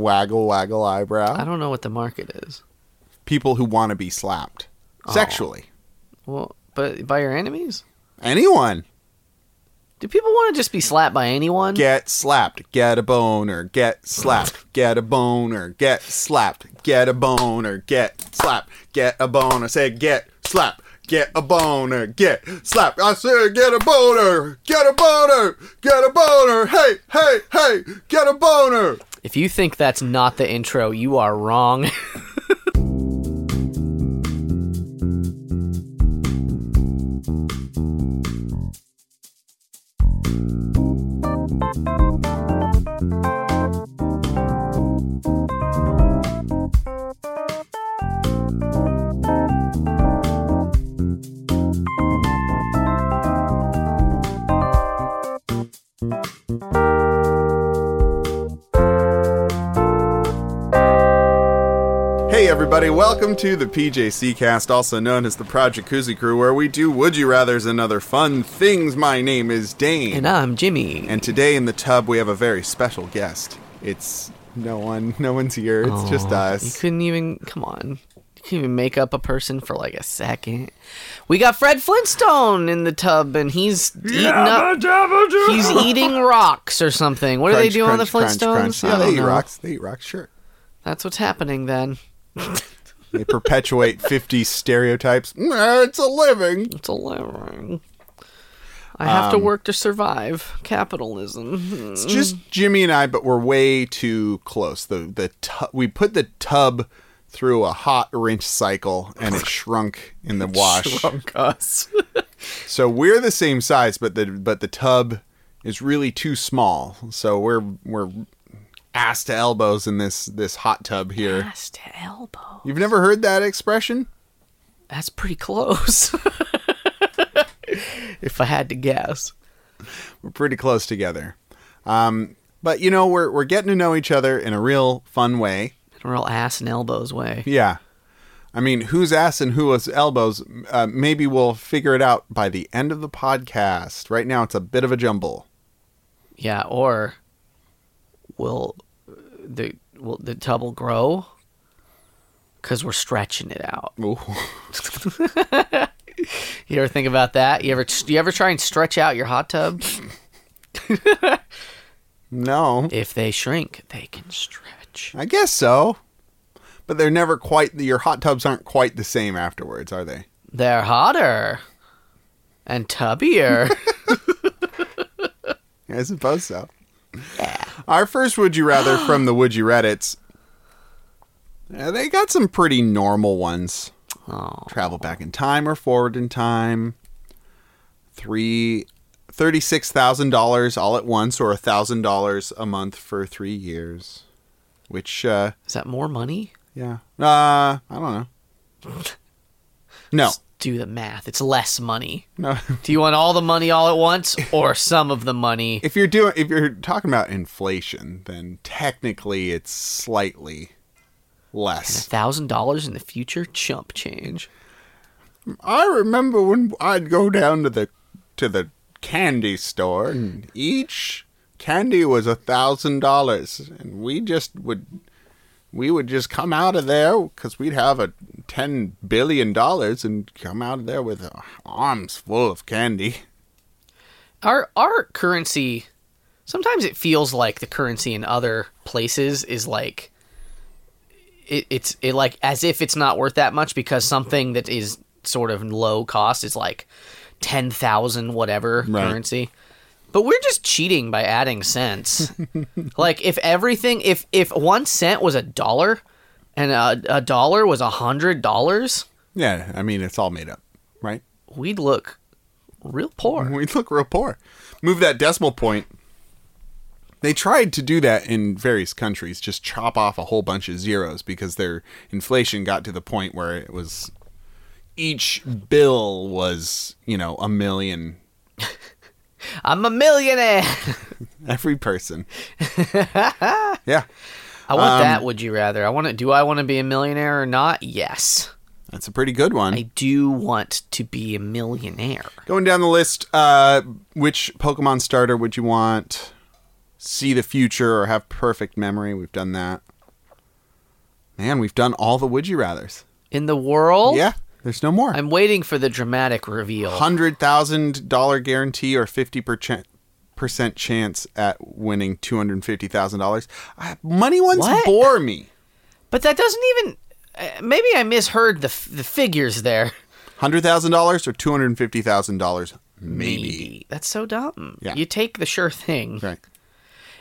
Waggle, waggle I eyebrow. don't know what the market is. People who want to be slapped sexually. Well, but by your enemies? Anyone Do people want to just be slapped by anyone? get slapped, get a boner, get slapped, get a boner, get slapped, get a boner, get slapped, get a boner. Say get slapped, get a boner, get slapped. I said get a boner, get a boner, get a boner. Hey, hey, hey, get a boner. If you think that's not the intro, you are wrong. Hey everybody, welcome to the PJC cast, also known as the Proud Jacuzzi Crew, where we do Would You Rathers and other fun things. My name is Dane. and I'm Jimmy. And today in the tub we have a very special guest. It's no one no one's here, it's just You us. couldn't even come on. You couldn't even make up a person for like a second. We got Fred Flintstone in the tub, and he's eating up. He's eating rocks or something. What do they do on the crunch, Flintstones? crunch, crunch. I Yeah, don't they eat know. rocks. They eat rocks, sure. That's what's happening then. They perpetuate 50 stereotypes. "Nah, It's a living. It's a living. I have Um, to work to survive capitalism. It's just Jimmy and I, but we're way too close. The the tu- we put the tub through a hot rinse cycle and it shrunk in the wash. Drunk us. So we're the same size, but the but the tub is really too small. So we're we're ass to elbows in this this hot tub here. Ass to elbow. You've never heard that expression? That's pretty close. if I had to guess. We're pretty close together. Um, but you know we're we're getting to know each other in a real fun way. In a real ass and elbows way. Yeah. I mean, who's ass and who's elbows? Uh, maybe we'll figure it out by the end of the podcast. Right now, it's a bit of a jumble. Yeah, or will the will the tub will grow? Cause we're stretching it out. Ooh. You ever think about that? You ever you ever try and stretch out your hot tub? No. if they shrink, they can stretch. I guess so. But they're never quite your hot tubs aren't quite the same afterwards, are they? They're hotter and tubbier. I suppose so. Yeah. Our first would you rather from the would you reddits. uh, They got some pretty normal ones. oh, Travel back in time or forward in time. Three thirty-six thousand dollars all at once, or thousand dollars a month for three years. Which, uh, is that more money? yeah, uh, I don't know. No, Let's do the math. It's less money. no. Do you want all the money all at once or some of the money? if you're doing if you're talking about inflation then technically it's slightly A less thousand dollars in the future? Chump change. i remember when i'd go down to the to the candy store and each candy was a thousand dollars and we just would we would just come out of there because we'd have a ten billion dollars and come out of there with uh, arms full of candy Our our currency sometimes it feels like the currency in other places is like it, it's it like as if it's not worth that much because something that is sort of low cost is like ten thousand whatever Right. currency. But we're just cheating by adding cents. like if everything if if one cent was a dollar and a, a dollar was a hundred dollars, yeah i mean it's all made up right we'd look real poor. We look real poor. Move that decimal point. They tried to do that in various countries, just chop off a whole bunch of zeros because their inflation got to the point where it was each bill was, you know, a million I'm a millionaire. every person. yeah. I want Um, that. Would you rather? I want to. Do I want to be a millionaire or not? Yes, That's a pretty good one. I do want to be a millionaire. Going down the list, uh, which Pokemon starter would you want? see the future or have perfect memory. We've done that. Man, we've done all the would you rather's. in the world. Yeah, there's no more. I'm waiting for the dramatic reveal. Hundred thousand dollar guarantee or fifty percent percent chance at winning two hundred fifty thousand dollars. Money ones What? bore me. But that doesn't even. uh, Maybe I misheard the f- the figures there. Hundred thousand dollars or two hundred fifty thousand dollars, maybe. that's so dumb. Yeah. You take the sure thing. Right.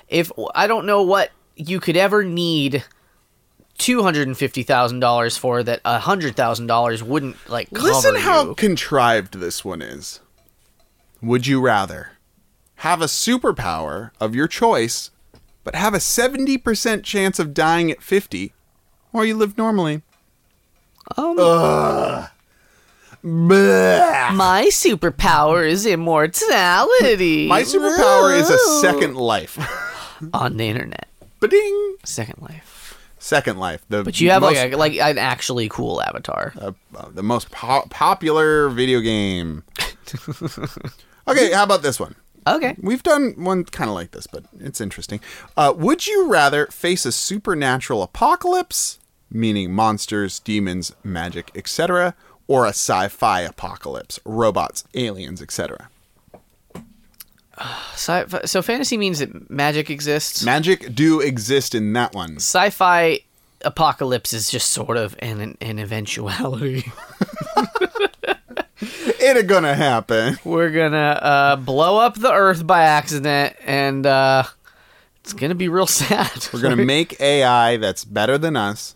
If I don't know what you could ever need two hundred and fifty thousand dollars for that hundred thousand dollars wouldn't like cover Listen how you. contrived this one is. Would you rather have a superpower of your choice, but have a 70% chance of dying at 50, or you live normally? Um, Bleh. my superpower is immortality. My superpower is a second life. on the internet. Ba-ding! Second life. Second life. The But you have most, like a, like an actually cool avatar. uh, uh, the most po- popular video game. okay, how about this one? Okay. We've done one kind of like this, but it's interesting. Uh, would you rather face a supernatural apocalypse, meaning monsters, demons, magic, etc., or a sci-fi apocalypse, robots, aliens, etc.? Sci- so fantasy means that magic exists. Magic do exist in that one. Sci-fi apocalypse is just sort of an an eventuality. It ain't gonna happen. We're gonna uh, blow up the Earth by accident, and uh, it's gonna be real sad. We're gonna make AI that's better than us.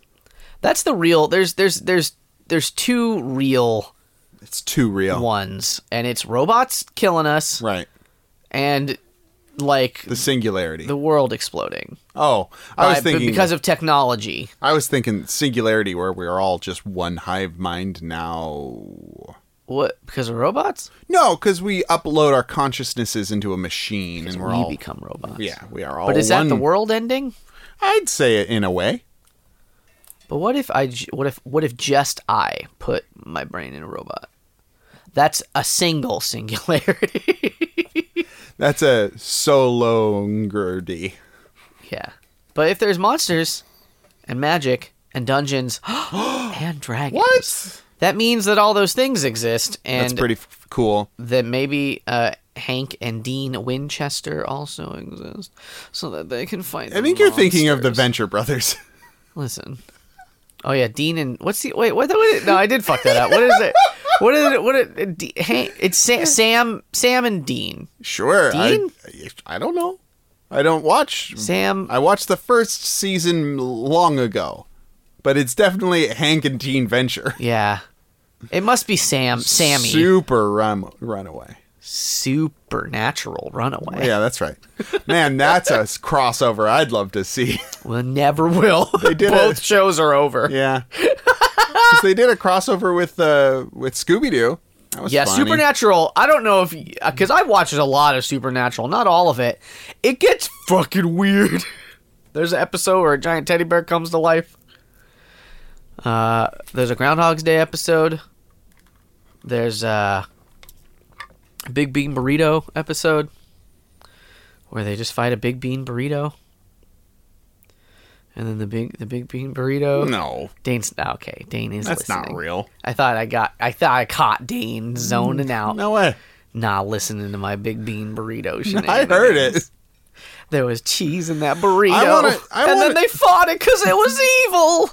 That's the real. There's there's there's there's two real It's too real. ones, and it's robots killing us, Right. and like The singularity. the world exploding. oh, I was By- but thinking because of technology. I was thinking singularity where we are all just one hive mind now. What? Because of robots? No, because we upload our consciousnesses into a machine, and we're we all become robots. yeah, we are all. But is that the one- world ending? I'd say it in a way. But what if I? j- What if? What if just I put my brain in a robot? That's a single singularity. That's a solo gerdy. yeah. But if there's monsters, and magic, and dungeons, and dragons, What? That means that all those things exist, That's and pretty f- cool. that maybe uh, Hank and Dean Winchester also exist, so that they can fight. I think you're thinking of the Venture Brothers. Listen. Oh yeah, Dean and what's the wait? What? the- what no, I did fuck that up. What is it? What is it? What? It, D, hey, it's Sam, Sam, Sam and Dean. sure. Dean? I, I don't know. I don't watch. Sam. I watched the first season long ago, but it's definitely Hank and Teen Venture. Yeah, it must be Sam. Sammy. Super run, runaway. Supernatural runaway. Yeah, that's right. Man, that's a s- crossover I'd love to see. We never will. They did Both it. shows are over. Yeah, 'Cause they did a crossover with uh, with Scooby Doo. That was Yeah, funny. Supernatural. I don't know if because I watched a lot of Supernatural, not all of it. It gets fucking weird. There's an episode where a giant teddy bear comes to life. Uh, there's a Groundhog's Day episode. There's uh, a Big Bean Burrito episode where they just fight a Big Bean Burrito. And then the big the Big Bean Burrito. No, Dane's okay. Dane is that's listening. not real. I thought I got. I thought I caught Dane Mm. zoning out. No way. Nah, listening to my big bean burrito. I shenanigans. heard it. There was cheese in that burrito, I wanna- I and wanna- then they fought it because it was evil.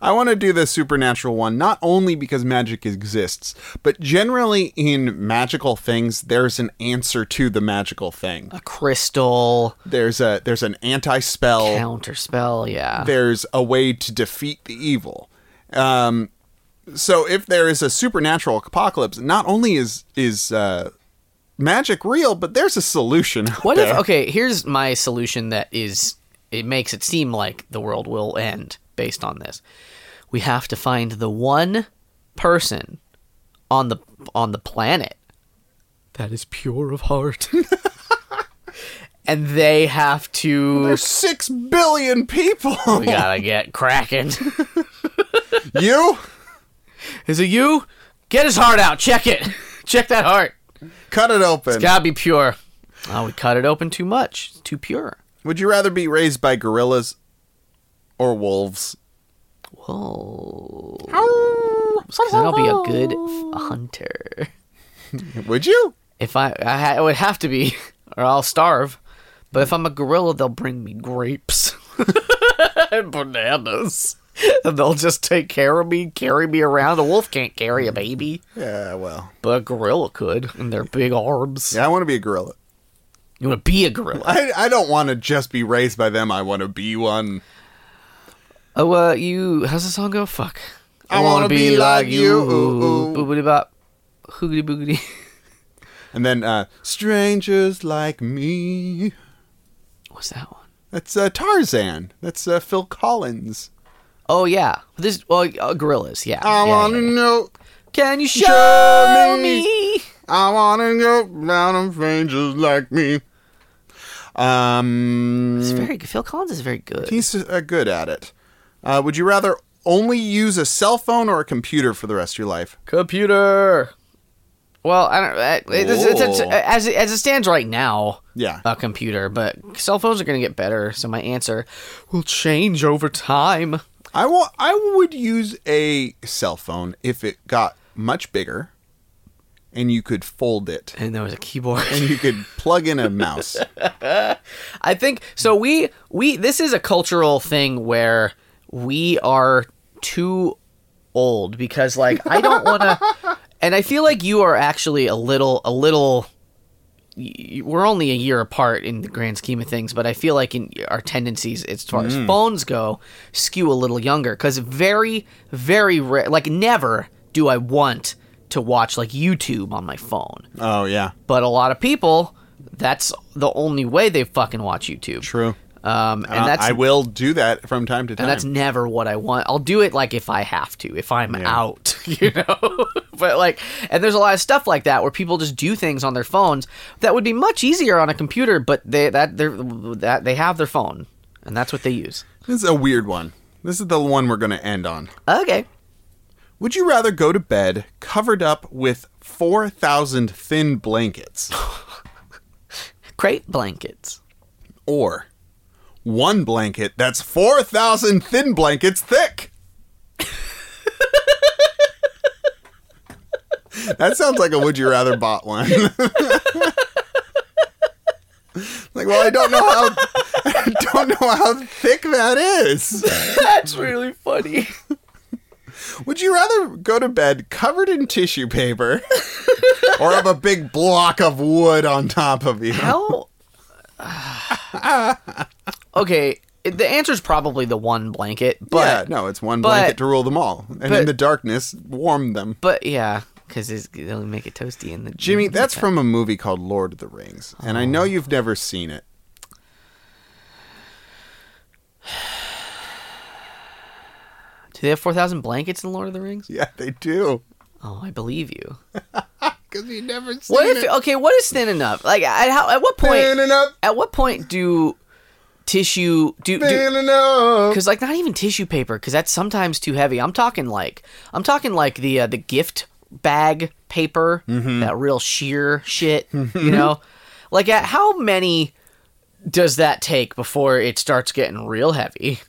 I want to do the supernatural one not only because magic exists, but generally in magical things, there's an answer to the magical thing. A crystal There's a there's an anti spell. counter spell. Yeah. there's a way to defeat the evil. Um, so if there is a supernatural apocalypse, not only is is uh, magic real, but there's a solution. out What there. if? Okay, here's my solution. That is, it makes it seem like the world will end based on this. We have to find the one person on the on the planet that is pure of heart, and they have to. There's six billion people. We gotta get cracking. you Is it you? Get his heart out. Check it. Check that heart. cut it open. Gotta be pure. Oh, we cut it open too much. It's too pure. Would you rather be raised by gorillas or wolves? Whoa. Because then I'll be a good f- hunter. Would you? If I, I, ha- I would have to be, or I'll starve. But if I'm a gorilla, they'll bring me grapes and bananas. And they'll just take care of me, carry me around. A wolf can't carry a baby, Yeah, well. but a gorilla could in their big arms. Yeah, I want to be a gorilla. You want to be a gorilla? I, I don't want to just be raised by them. I want to be one. Oh, uh, you. How's the song go? Fuck. I wanna be like you, ooh, ooh. Boobity bop. Hoogity boogity. And then uh, strangers like me. What's that one? That's uh, Tarzan. That's uh, Phil Collins. Oh yeah, this well uh, gorillas. Yeah. I Yeah, want yeah, to yeah. know. Can you show, me. me? I want to go down on strangers like me. Um, It's very good. Phil Collins is very good. He's uh, good at it. Uh, would you rather only use a cell phone or a computer for the rest of your life? Computer. Well, I don't. I, it's, it's, it's, Whoa. as it, as it stands right now, Yeah. a computer. But cell phones are going to get better, so my answer will change over time. I wa- I would use a cell phone if it got much bigger and you could fold it And there was a keyboard. and you could plug in a mouse. I think so. We we this is a cultural thing where we are too old because like I don't want to, and I feel like you are actually a little a little. y- y- We're only a year apart in the grand scheme of things, but I feel like in our tendencies, as far as phones go, skew a little younger. Because very, very rare, like never do I want to watch like YouTube on my phone. Oh yeah. But a lot of people, that's the only way they fucking watch YouTube. True. Um, and Uh, that's I will do that from time to time. and that's never what I want. I'll do it like if I have to, if I'm out, you know. but like, and there's a lot of stuff like that where people just do things on their phones that would be much easier on a computer, but they that they are that they have their phone and that's what they use. this is a weird one. This is the one we're going to end on. Okay. Would you rather go to bed covered up with 4,000 thin blankets Crepe blankets. or one blanket that's 4,000 thin blankets thick? that sounds like a would you rather bot one. like, well, I don't know how I don't know how thick that is. That's really funny. Would you rather go to bed covered in tissue paper or have a big block of wood on top of you? How? okay, the answer is probably the one blanket, yeah, but no, it's one but- blanket to rule them all. And in but- the darkness, warm them. But yeah, because it'll make it toasty in the Jimmy, that's from a movie called Lord of the Rings, and I know you've never seen it. Do they have four thousand blankets in Lord of the Rings? Yeah, they do. Oh, I believe you. Because you never seen What if it. okay? What is thin enough? Like at how? At what Thin point? enough, At what point do tissue do? do thin enough. because like not even tissue paper because that's sometimes too heavy. I'm talking like I'm talking like the uh, the gift bag paper that real sheer shit. You know, like at how many does that take before it starts getting real heavy?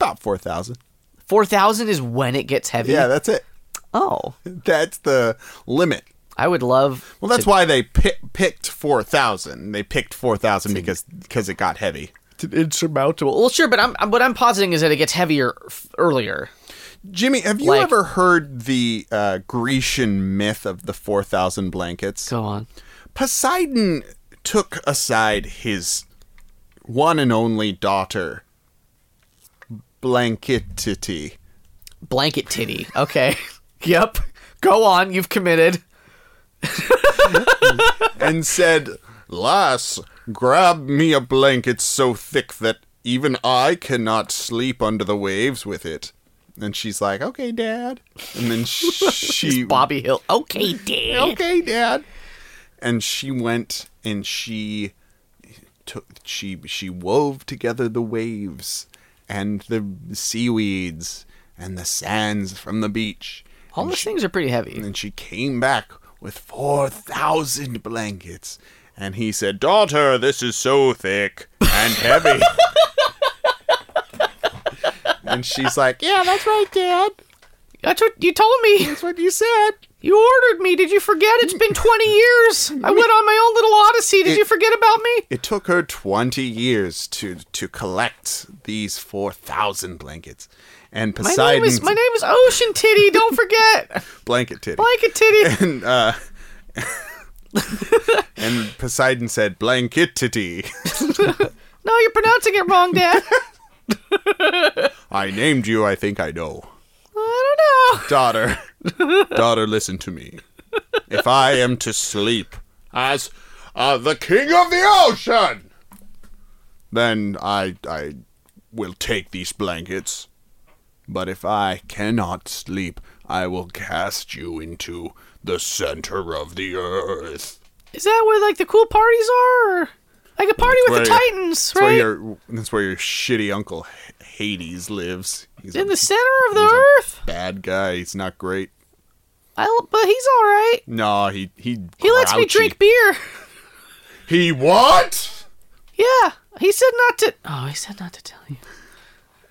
About 4,000. Four thousand is when it gets heavy. Yeah, that's it. Oh, That's the limit. I would love. Well, that's why they pi- picked 4,000. They picked 4,000 because because it got heavy. insurmountable. Well, sure, but I'm I'm- what I'm positing is that it gets heavier f- earlier. Jimmy, have you Like- ever heard the uh, Grecian myth of the 4,000 blankets? Go on. Poseidon took aside his one and only daughter, Blanketity. Blanket titty. Okay. yep. Go on. You've committed. and said, Lass, grab me a blanket so thick that even I cannot sleep under the waves with it. And she's like, Okay, Dad. And then she. Bobby Hill. Okay, Dad. Okay, Dad. And she went and she took she she wove together the waves and the seaweeds and the sands from the beach. All and those she, things are pretty heavy. and she came back with four thousand blankets And he said, Daughter, this is so thick and heavy. and she's like, Yeah, that's right, Dad. That's what you told me. That's what you said. You ordered me. Did you forget? It's been 20 years. I went on my own little odyssey. Did It- you forget about me? It took her 20 years to, to collect these 4,000 blankets. And My name Poseidon's is my name is Ocean Titty. Don't forget, blanket titty. blanket titty. and uh and Poseidon said blanket titty. No, you're pronouncing it wrong, Dad. I named you, I think I know. I don't know. Daughter. Daughter, listen to me. If I am to sleep as uh, the king of the ocean, then I I will take these blankets. But if I cannot sleep, I will cast you into the center of the earth. Is that where like the cool parties are? Or, like a party with the where you- Titans, That's where right? your that's where your shitty uncle H- Hades lives. He's a In the center of the He's a- earth. bad guy. He's not great. I, but he's all right. No, he he He lets me grouchy. drink beer. He what? Yeah, he said not to. Oh, he said not to tell you.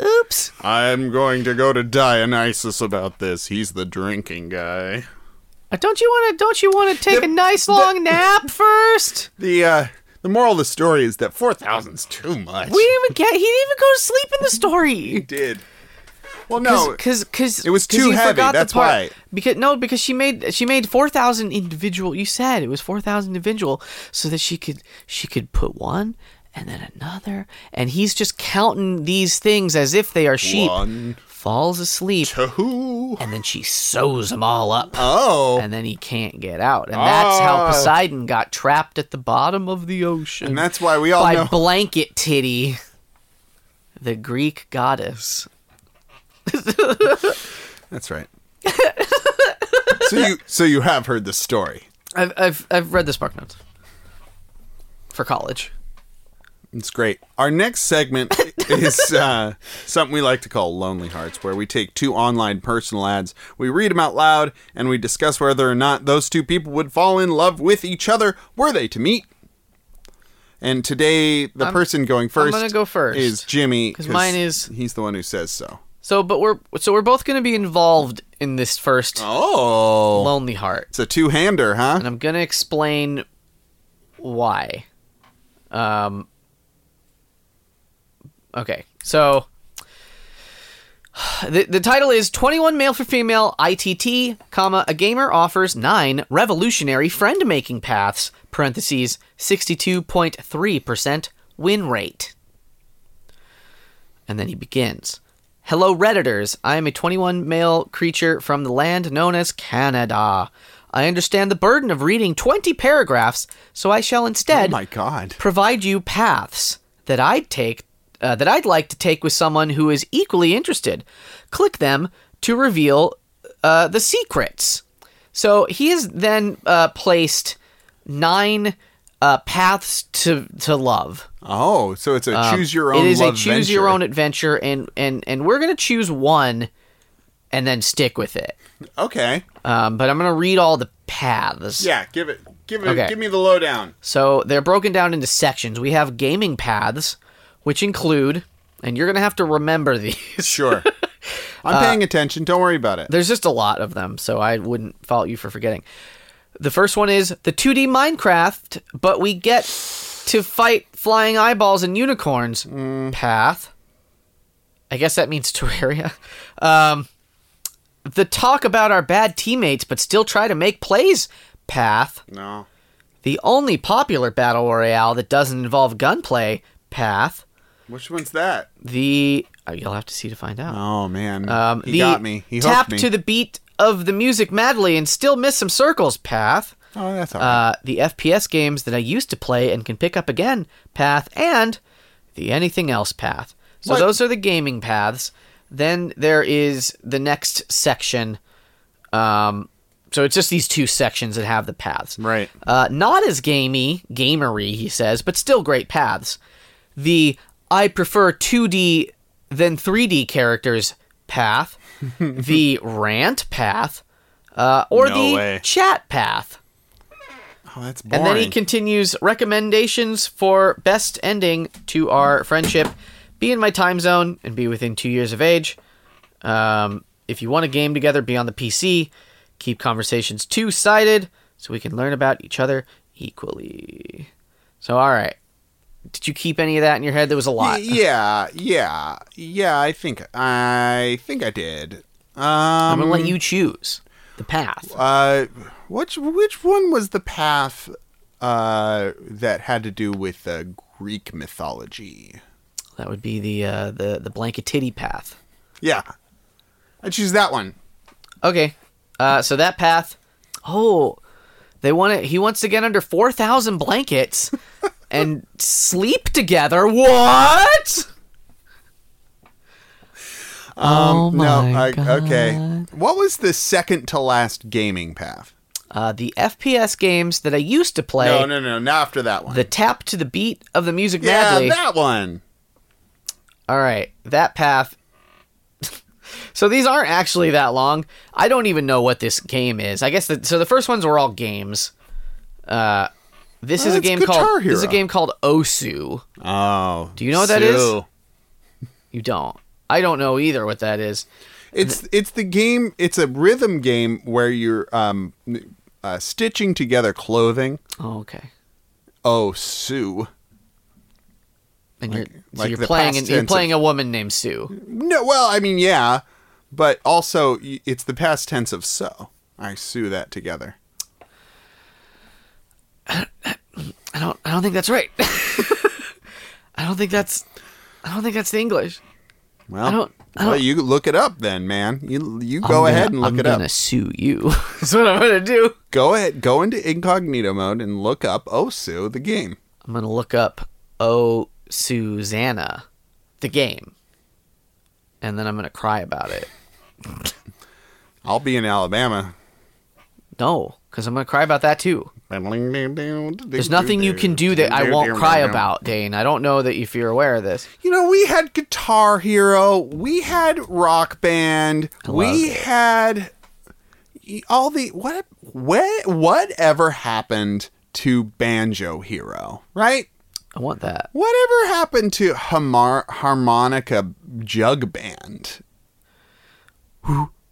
Oops. I'm going to go to Dionysus about this. He's the drinking guy. Uh, Don't you want to? Don't you want to take The- a nice long nap first? The uh the moral of the story is that 4000's too much. We didn't even get. He didn't even go to sleep in the story. did. Well, no. because because It was too heavy, that's why. Because no, because she made she made four thousand individual. You said it was four thousand individual, so that she could she could put one and then another, and he's just counting these things as if they are sheep. One. Falls asleep, To who? and then she sews them all up, Oh. and then he can't get out, and that's how Ah. Poseidon got trapped at the bottom of the ocean. And that's why we all by know blanket titty, the Greek goddess. That's right. so you so you have heard the story. I've I've I've read the Spark Notes for college. It's great. Our next segment is uh, something we like to call Lonely Hearts, where we take two online personal ads, we read them out loud, and we discuss whether or not those two people would fall in love with each other were they to meet. And today, the person going 1st gonna go first. is Jimmy 'Cause mine is- he's the one who says so. So, but we're so we're both going to be involved in this first Oh, Lonely Heart, it's a two-hander, huh? Oh and I'm going to explain why. Um. Okay, so the the title is 21 male for female ITT, comma a gamer offers nine revolutionary friend making paths parentheses 62.3 percent win rate. And then he begins. Hello, Redditors. I am a 21 male creature from the land known as Canada. I understand the burden of reading 20 paragraphs, so I shall Oh instead my god. provide you paths that I'd take uh, that I'd like to take with someone who is equally interested. Click them to reveal uh, the secrets. So he has then uh, placed nine uh, paths to to love. Oh, so it's a choose your own Um, It is a love choose venture. your own adventure, and and and we're gonna choose one, and then stick with it. Okay. Um, but I'm gonna read all the paths. Yeah, give it give it Okay. give me the lowdown. So they're broken down into sections. We have gaming paths, which include, and you're going to have to remember these. Sure. I'm Uh, paying attention. Don't worry about it. There's just a lot of them, so I wouldn't fault you for forgetting. The first one is the 2D Minecraft, but we get to fight flying eyeballs and unicorns path. I guess that means Terraria. Um, the talk about our bad teammates, but still try to make plays path. No. The only popular battle royale that doesn't involve gunplay path. Which one's that? The oh, you'll have to see to find out. Oh man. Um, he the got me. He tap hooked me. to the beat of the music madly and still miss some circles path. oh, that's all right. Uh, the FPS games that I used to play and can pick up again path and the anything else path. So What? those are the gaming paths. Then there is the next section. Um, so it's just these two sections that have the paths. Right. Uh, not as gamey, gamery, he says, but still great paths. The I prefer 2D than 3D characters path, the rant path, uh, or No the way. chat path. Oh, that's boring. And then he continues recommendations for best ending to our friendship. Be in my time zone and be within two years of age. Um, if you want to game together, be on the PC. Keep conversations two sided so we can learn about each other equally. So, all right. Did you keep any of that in your head? There was a lot. Y- Yeah, yeah, yeah. I think I think I did. Um, I'm going to let you choose the path. Uh, which which one was the path uh, that had to do with uh, Greek mythology? That would be the uh, the the blanket titty path. Yeah, I choose that one. Okay. Uh, so that path. Oh, they want it. He wants to get under four thousand blankets and sleep together. What? oh Um, no, I, okay. What was the second to last gaming path? Uh, the FPS games that I used to play. No, no, no, not after that one. The tap to the beat of the music yeah, madly. that one. All right, that path. so these aren't actually that long. I don't even know what this game is. I guess the, so. The first ones were all games. Uh, this Oh, is a it's game Guitar called this is a Hero. game called Osu. Oh, do you know what that is? You don't. I don't know either what that is. It's it's the game. It's a rhythm game where you're um, uh, stitching together clothing. Oh, okay. Oh, Sue. And you're, so like you're the playing past and you're tense playing a woman named Sue. No, well, I mean, yeah, but also y- it's the past tense of so. I sue that together. I don't. I don't think that's right. I don't think that's. I don't think that's the English. Well, don't- I well, don't- you look it up then, man. You you go I'm gonna- ahead and look I'm it gonna up. sue you. that's what I'm gonna do. Go ahead, go into incognito mode and look up Oh Sue the game. I'm gonna look up Oh Susanna, the game, and then I'm gonna cry about it. I'll be in Alabama. No, because I'm gonna cry about that too. There's There's nothing you can do that I won't cry about, Dane. I don't know that if you're aware of this. You know, we had Guitar Hero, we had Rock Band, we it. had all the what what whatever happened to Banjo Hero, right? I want that. Whatever happened to Hamar- harmonica jug band?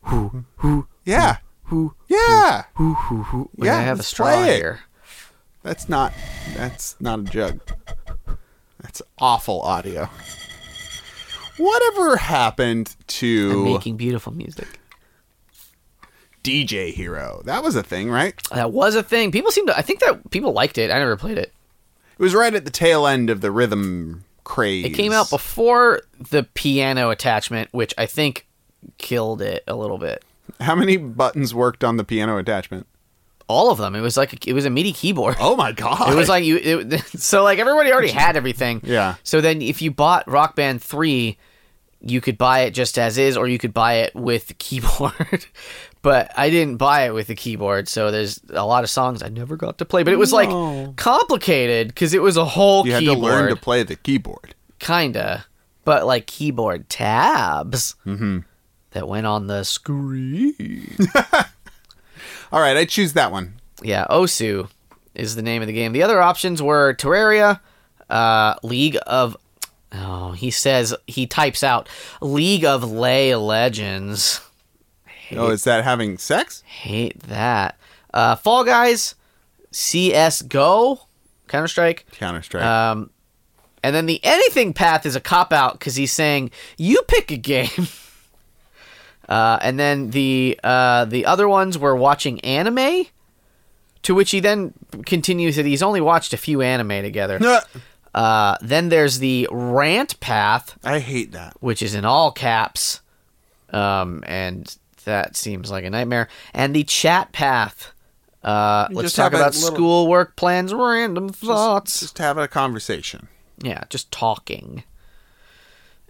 Yeah. Yeah. Wait, Yeah, I have a let's straw play it. here. That's not that's not a jug. That's awful audio. Whatever happened I'm to making beautiful music. DJ Hero? That was a thing, right? That was a thing. People seem to. I think that people liked it. I never played it. It was right at the tail end of the rhythm craze. It came out before the piano attachment, which I think killed it a little bit. How many buttons worked on the piano attachment? All of them. It was like a, it was a MIDI keyboard. Oh my god. It was like you. It, so like everybody already had everything. Yeah. So then if you bought Rock Band three, you could buy it just as is, or you could buy it with the keyboard. but I didn't buy it with the keyboard, so there's a lot of songs I never got to play. But it was No. like complicated because it was a whole you had keyboard, to learn to play the keyboard. kinda, but like keyboard tabs Mm-hmm. that went on the screen. All right, I choose that one. Yeah, Osu is the name of the game. The other options were Terraria, uh, League of. Oh, he says he types out League of Lay Legends. Oh, is that having sex? Hate that. Uh, Fall Guys, CS:GO, Counter Strike. Counter Strike. Um, and then the anything path is a cop out because he's saying you pick a game. Uh, and then the uh, the other ones were watching anime, to which he then continues that he's only watched a few anime together. Uh, then there's the rant path, I hate that. which is in all caps, um, and that seems like a nightmare. And the chat path. Uh, let's just talk have a about little- school, work plans, random thoughts. Just have a conversation. Yeah, just talking.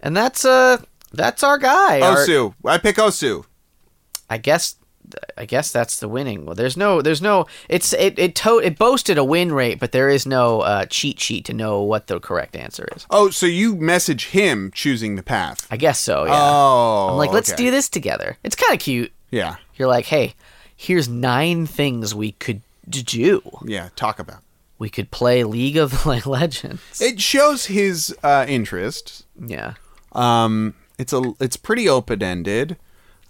And that's uh that's our guy. Our- Osu. I pick Osu. I guess I guess that's the winning. Well, there's no there's no it's it it to, it boasted a win rate, but there is no uh, cheat sheet to know what the correct answer is. Oh, so you message him choosing the path. I guess so, yeah. Oh. I'm like, let's okay. do this together. It's kind of cute. Yeah. You're like, "Hey, here's nine things we could d- do? Yeah, talk about. We could play League of Legends. It shows his uh, interests. yeah. Um, it's a it's pretty open ended,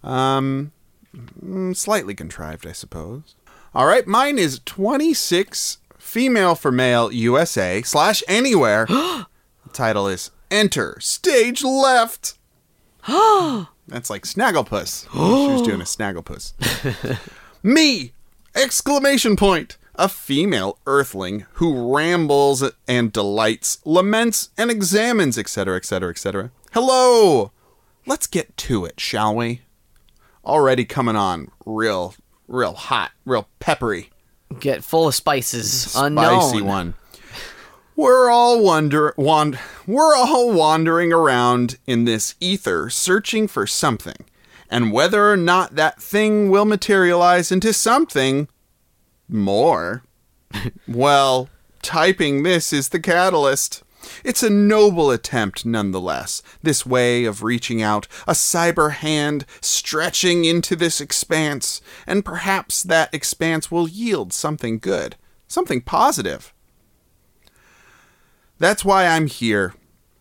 um, mm, slightly contrived, I suppose. All right, mine is twenty six female for male USA slash anywhere. the title is Enter Stage Left. That's like Snagglepuss. she was doing a Snagglepuss. Me! Exclamation point! A female earthling who rambles and delights, laments and examines, etc., etc., etc. Hello! Let's get to it, shall we? Already coming on real, real hot, real peppery Get full of spices. spicy unknown. one. We're all wander wand we're all wandering around in this ether searching for something. And whether or not that thing will materialize into something more, well, typing this is the catalyst. It's a noble attempt, nonetheless, this way of reaching out, a cyber hand stretching into this expanse, and perhaps that expanse will yield something good, something positive. That's why I'm here.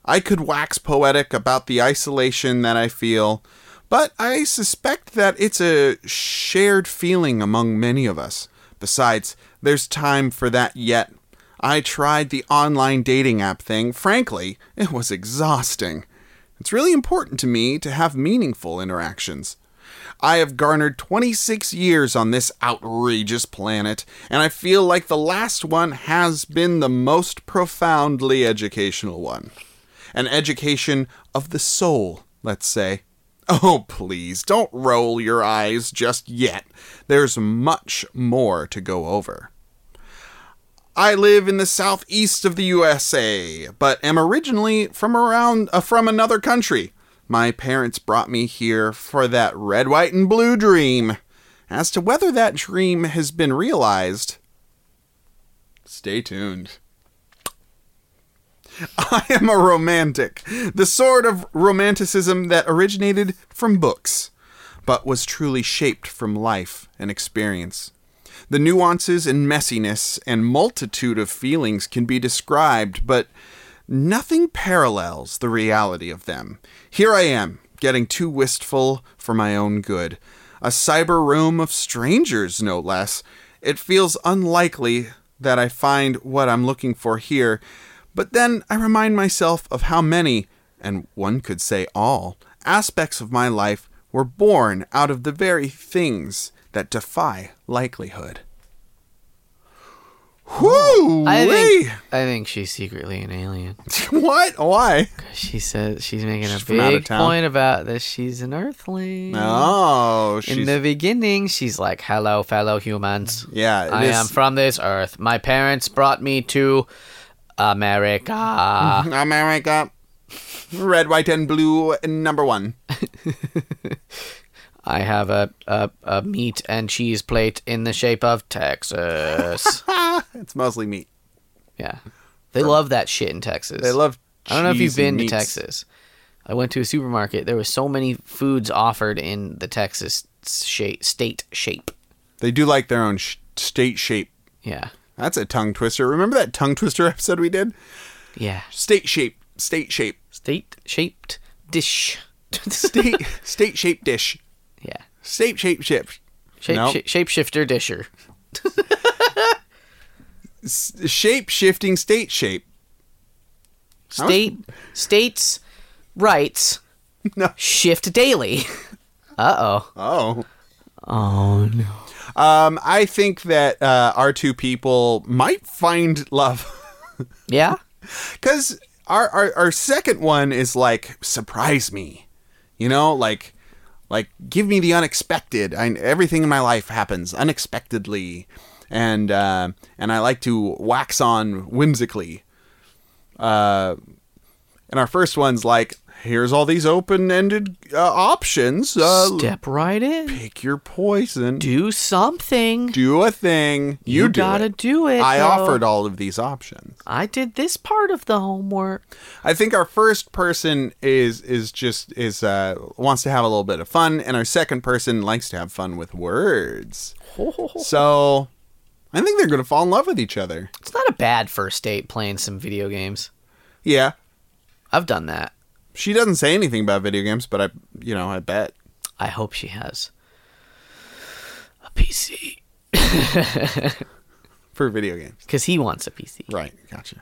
I could wax poetic about the isolation that I feel, but I suspect that it's a shared feeling among many of us. Besides, there's time for that yet. I tried the online dating app thing. Frankly, it was exhausting. It's really important to me to have meaningful interactions. I have garnered 26 years on this outrageous planet, and I feel like the last one has been the most profoundly educational one. An education of the soul, let's say. Oh, please, don't roll your eyes just yet. There's much more to go over. I live in the southeast of the USA, but am originally from around uh, from another country. My parents brought me here for that red, white, and blue dream. As to whether that dream has been realized, stay tuned. I am a romantic, the sort of romanticism that originated from books, but was truly shaped from life and experience. The nuances and messiness and multitude of feelings can be described, but nothing parallels the reality of them. Here I am, getting too wistful for my own good. A cyber room of strangers, no less. It feels unlikely that I find what I'm looking for here, but then I remind myself of how many, and one could say all, aspects of my life were born out of the very things that defy likelihood. Whoo! I think, I think she's secretly an alien. What? Why? She says she's making She's a from out of big town. point about that she's an earthling. Oh, she's In the beginning, she's like, "Hello, fellow humans. yeah. it I is- am from this earth. My parents brought me to America." uh, America. Red, white, and blue, and number one. I have a, a, a meat and cheese plate in the shape of Texas. Ah, it's mostly meat. yeah. They love that shit in Texas. They love. I don't know if you've cheese and been to meats. Texas. I went to a supermarket. There was so many foods offered in the Texas shape, state shape. They do like their own sh- state shape. Yeah. That's a tongue twister. Remember that tongue twister episode we did? Yeah. State shape, state shape, State shaped dish. state state shape dish, yeah. state shape ship, Shape, No. sh- shapeshifter disher. S- shape shifting state shape. was- State states rights No. shift daily. Uh oh. Oh. Oh no. Um, I think that uh, our two people might find love. Yeah. because our, our our second one is like surprise me you know like like give me the unexpected I, everything in my life happens unexpectedly and uh, and i like to wax on whimsically uh, and our first one's like here's all these open-ended uh, options uh, Step right in. pick your poison Do something. do a thing you, do gotta it. do it. i though. offered all of these options I did this part of the homework. I think our first person is is just is uh wants to have a little bit of fun, and our second person likes to have fun with words. So I think they're going to fall in love with each other. It's not a bad first date playing some video games. Yeah. I've done that. She doesn't say anything about video games, but I, you know, I bet. I hope she has a PC For video games. because he wants a PC. Right. Gotcha.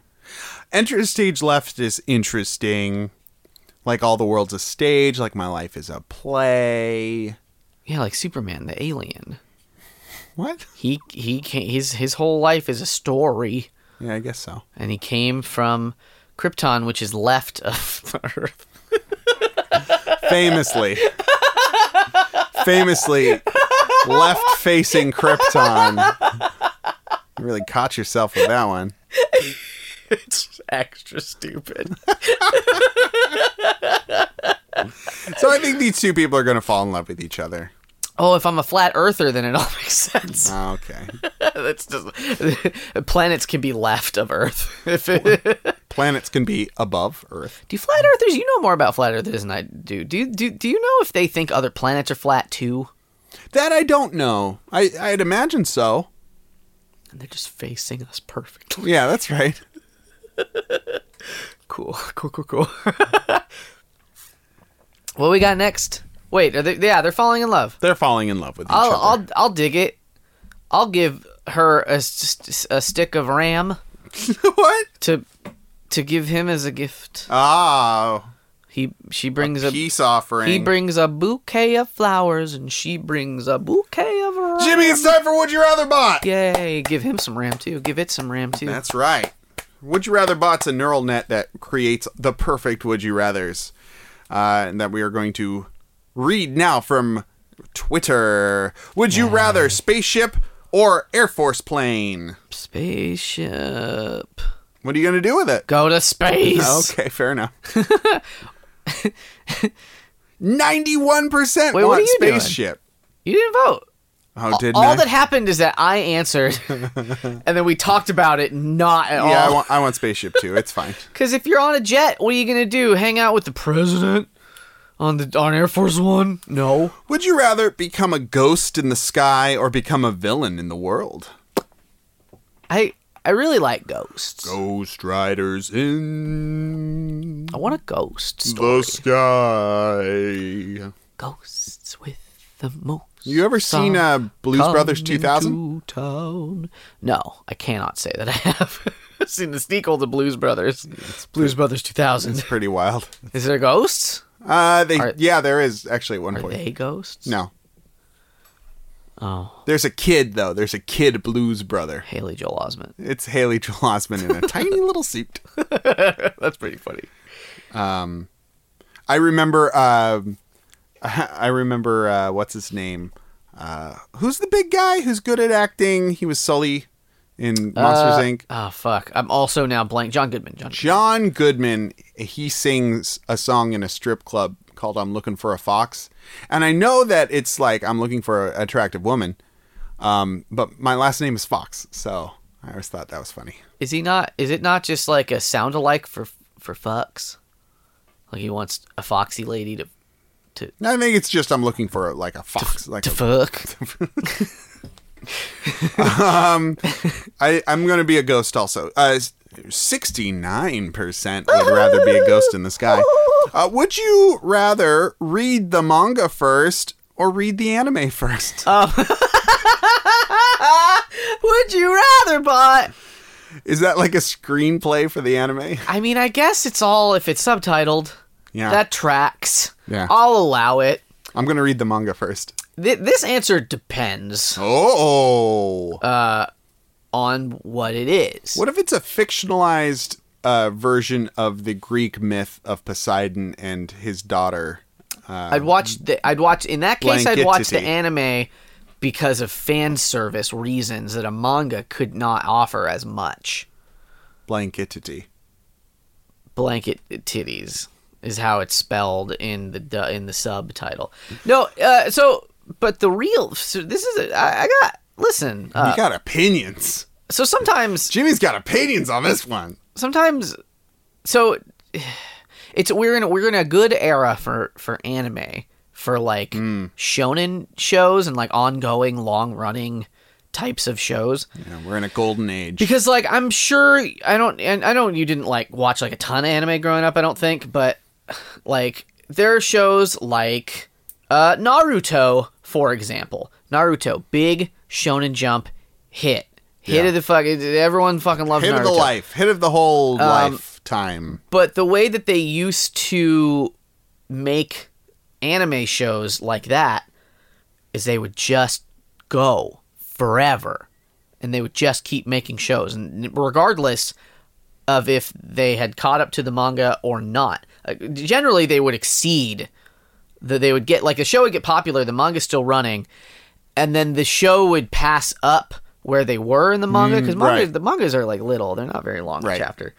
Enter stage left is interesting. Like all the world's a stage, like my life is a play. Yeah, like Superman the alien. What? He he can his his whole life is a story, Yeah, I guess so. and he came from Krypton, which is left of Earth. Famously. famously left facing Krypton. You really caught yourself with that one. It's extra stupid. So I think these two people are going to fall in love with each other. Oh, if I'm a flat earther, then it all makes sense. Ah, Okay. That's just planets can be left of Earth. If it- Planets can be above Earth. do flat earthers? You know more about flat earthers than I do. Do you- do do you know if they think other planets are flat too? That I don't know. I, I'd imagine so. And they're just facing us perfectly. Yeah, that's right. Cool, cool, cool, cool. what we got next? Wait, are they, yeah, they're falling in love. They're falling in love with each I'll other. I'll I'll dig it. I'll give her a, s- a stick of ram what? to to give him as a gift. Oh, He she brings a, peace offering. He brings a bouquet of flowers and she brings a bouquet of ram. Jimmy, it's time for Would You Rather Bot. Yay, give him some ram too. Give it some ram too. That's right. Would You Rather Bot's a neural net that creates the perfect Would You Rathers, uh, and that we are going to read now from Twitter. Would you rather spaceship or Air Force plane? Spaceship. What are you going to do with it? Go to space. Okay, fair enough. Ninety-one percent Wait, what are want you doing? spaceship. You didn't vote. Oh, didn't all I? that happened is that I answered and then we talked about it not at yeah, I all. want, I want spaceship too. It's fine. Because if you're on a jet, what are you gonna do? Hang out with the president on the on Air Force One? No. Would you rather become a ghost in the sky or become a villain in the world? I I really like ghosts. Ghost riders in I want a ghost story. the sky. Ghosts with the most. You ever seen song. uh, Blues Come Brothers 2000? into town. No, I cannot say that I have seen the sequel to Blues Brothers. Blues Brothers 2000. Pretty wild. Is there ghosts? Uh, they Are- yeah, there is actually at one Are point. they ghosts? No, Oh, there's a kid though. There's a kid Blues Brother. Haley Joel Osment. It's Haley Joel Osment in a tiny little suit. That's pretty funny. I remember. um I remember. Uh, what's his name? Uh, who's the big guy who's good at acting? He was Sully in Monsters Uh, Inc. Oh, fuck. I'm also now blank. John Goodman. John. John Goodman. He sings a song in a strip club called "I'm Looking for a Fox," and I know that it's like I'm looking for an attractive woman. Um, but my last name is Fox, so I always thought that was funny. Is he not? Is it not just like a sound alike for for fucks? Like he wants a foxy lady to to I think it's just I'm looking for like a fox. Like to a, fuck. I, I'm going to be a ghost also. Uh, 69% would rather be a ghost in the sky. Uh, would you rather read the manga first or read the anime first? Would you rather, bot? Is that like a screenplay for the anime? I mean, I guess it's all if it's subtitled. Yeah. That tracks. Yeah. I'll allow it. I'm going to read the manga first. Th- this answer depends Oh. on what it is. what if it's a fictionalized uh, version of the Greek myth of Poseidon and his daughter? I'd watch the I'd watch in that case I'd watch the Blanketity. anime because of fan service reasons that a manga could not offer as much. Blanketity. Blanket titties is how it's spelled in the du- in the subtitle. No, uh, so but the real so this is a, I, I got listen. Uh, you got opinions. so sometimes Jimmy's got opinions on this one. sometimes so it's we're in we're in a good era for for Hmm. anime for like shonen shows and like ongoing long running types of shows Yeah, we're in a golden age. because like I'm sure I don't and I don't you didn't like watch like a ton of anime growing up I don't think but like there are shows like uh Naruto for example Naruto big shonen jump hit hit Yeah. of the fucking everyone fucking loves hit Naruto of Um, the life, hit of the whole lifetime. but the way that they used to make anime shows like that is they would just go forever and they would just keep making shows and regardless of if they had caught up to the manga or not Uh, generally they would exceed that they would get like the show would get popular the manga's still running and then the show would pass up where they were in the manga because Mm, right. the mangas are like little they're not very long Right. a chapter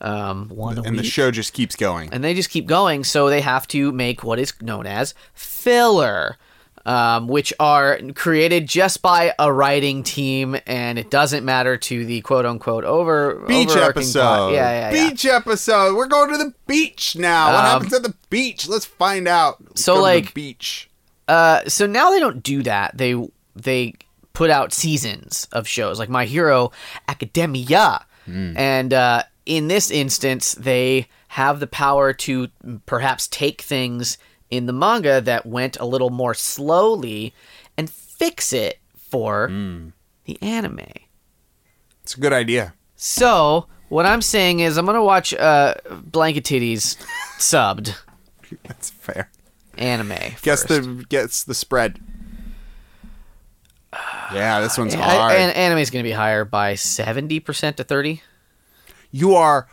um, one a And the week. show just keeps going. and they just keep going, so they have to make what is known as filler, um, which are created just by a writing team, and it doesn't matter to the quote unquote over Beach overarching episode. plot. Yeah, yeah, yeah. Beach episode. We're going to the beach now. what Um, happens at the beach? Let's find out. Let's so, go to the like- beach. Uh, so now they don't do that. They they put out seasons of shows like My Hero Academia, and uh, in this instance, they have the power to perhaps take things in the manga that went a little more slowly and fix it for the anime. It's a good idea. So what I'm saying is, I'm gonna watch uh, Blanket Titties subbed That's fair. anime. Guess first. the guess the spread. Yeah, this one's I- hard. an- anime's gonna be higher by seventy percent to thirty. you are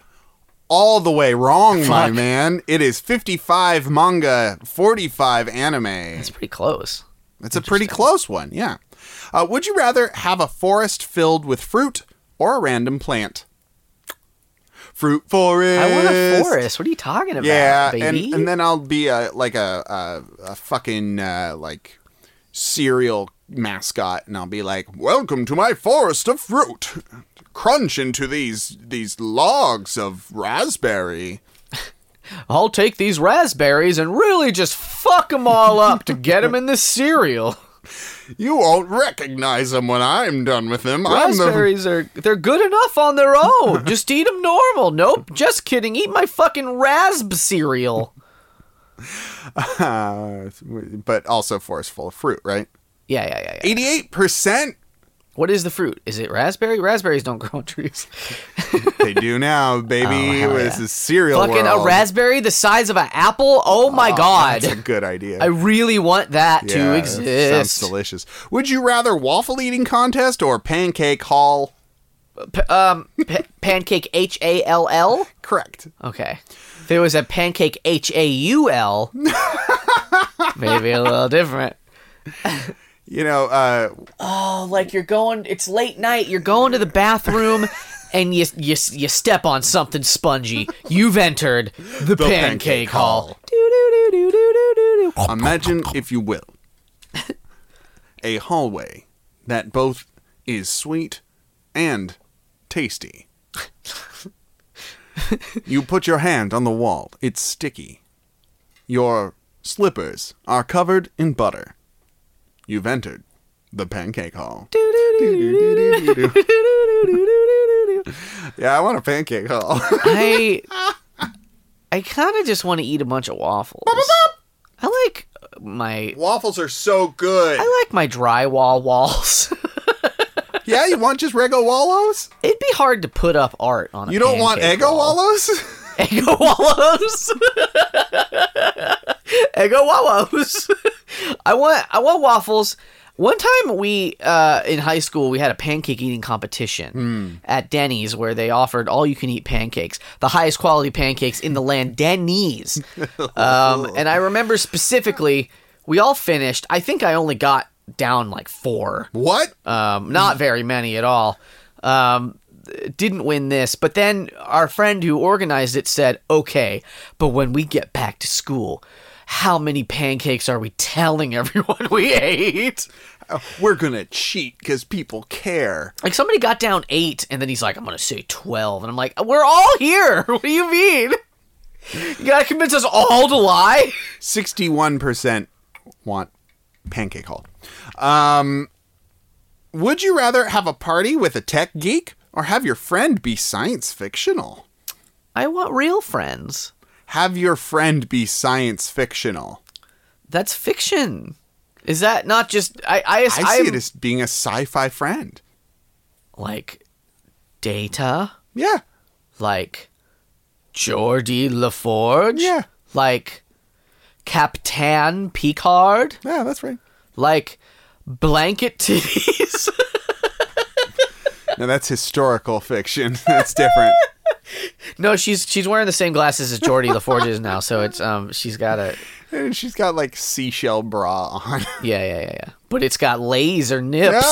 all the way wrong, my Fuck. man. It is 55 manga, 45 anime. It's pretty close. It's a pretty close one, yeah. Uh, would you rather have a forest filled with fruit or a random plant? Fruit forest. I want a forest. What are you talking about, Yeah, and, baby? and then I'll be a, like a, a, a fucking uh, like cereal mascot, and I'll be like, "Welcome to my forest of fruit. Crunch into these these logs of raspberry." I'll take these raspberries and really just fuck them all up to get them in this cereal. You won't recognize them when I'm done with them. I'm the Raspberries are they're good enough on their own. just eat them normal. Nope, just kidding. Eat my fucking rasp cereal. Uh, but also forest full of fruit, right? Yeah, yeah, yeah, yeah. Eighty-eight percent. What is the fruit? Is it raspberry? Raspberries don't grow on trees. They do now, baby. Oh, hell this yeah. is cereal fucking a world. raspberry the size of an apple. Oh my god. That's a good idea. I really want that Yeah, to that Sounds exist. delicious. Would you rather waffle eating contest or pancake haul? P- um, pa- pancake H A L L. Correct. Okay. If it was a pancake H A U L, maybe a little different. You know, uh, Oh, like you're going. It's late night. You're going to the bathroom, and you you you step on something spongy. You've entered the, pancake, pancake hall. hall. Doo-doo-doo-doo-doo-doo-doo. imagine, if you will, a hallway that both is sweet and tasty. you put your hand on the wall, it's sticky. Your slippers are covered in butter. You've entered the pancake hall. Doo-doo-doo-doo-doo-doo-doo-doo-doo-doo-doo. Yeah, I want a pancake hall. I I kind of just want to eat a bunch of waffles. I like my Waffles are so good. I like my drywall walls. yeah, you want just Rego Wallows? It'd be hard to put up art on. A You don't want pancake Eggo wall. Wallows? Eggo wallows. Eggo wallows. I want. I want waffles. One time we uh, in high school we had a pancake eating competition at Denny's where they offered all you can eat pancakes, the highest quality pancakes in the land, Denny's. Um, and I remember specifically, we all finished. I think I only got down like four what? um, Mm. not very many at all. Um, didn't win this, but then our friend who organized it said, "Okay, but when we get back to school, how many pancakes are we telling everyone we ate?" Uh, We're gonna cheat because people care. Like somebody got down eight, and then he's like, "I'm gonna say 12. and I'm like, "We're all here. What do you mean? You gotta convince us all to lie." Sixty-one percent want pancake hall. Um, Would you rather have a party with a tech geek or have your friend be science fictional? I want real friends. Have your friend be science fictional. That's fiction. Is that not just I I, I see it as being a sci-fi friend. like data? Yeah. Like Geordie LaForge? Yeah. Like Captain Picard? Yeah, that's right. Like blanket titties? No, that's historical fiction. That's different. no, she's she's wearing the same glasses as Geordie LaForge is now, so it's um she's got a And she's got like seashell bra on. Yeah, yeah, yeah, yeah. But it's got laser nips.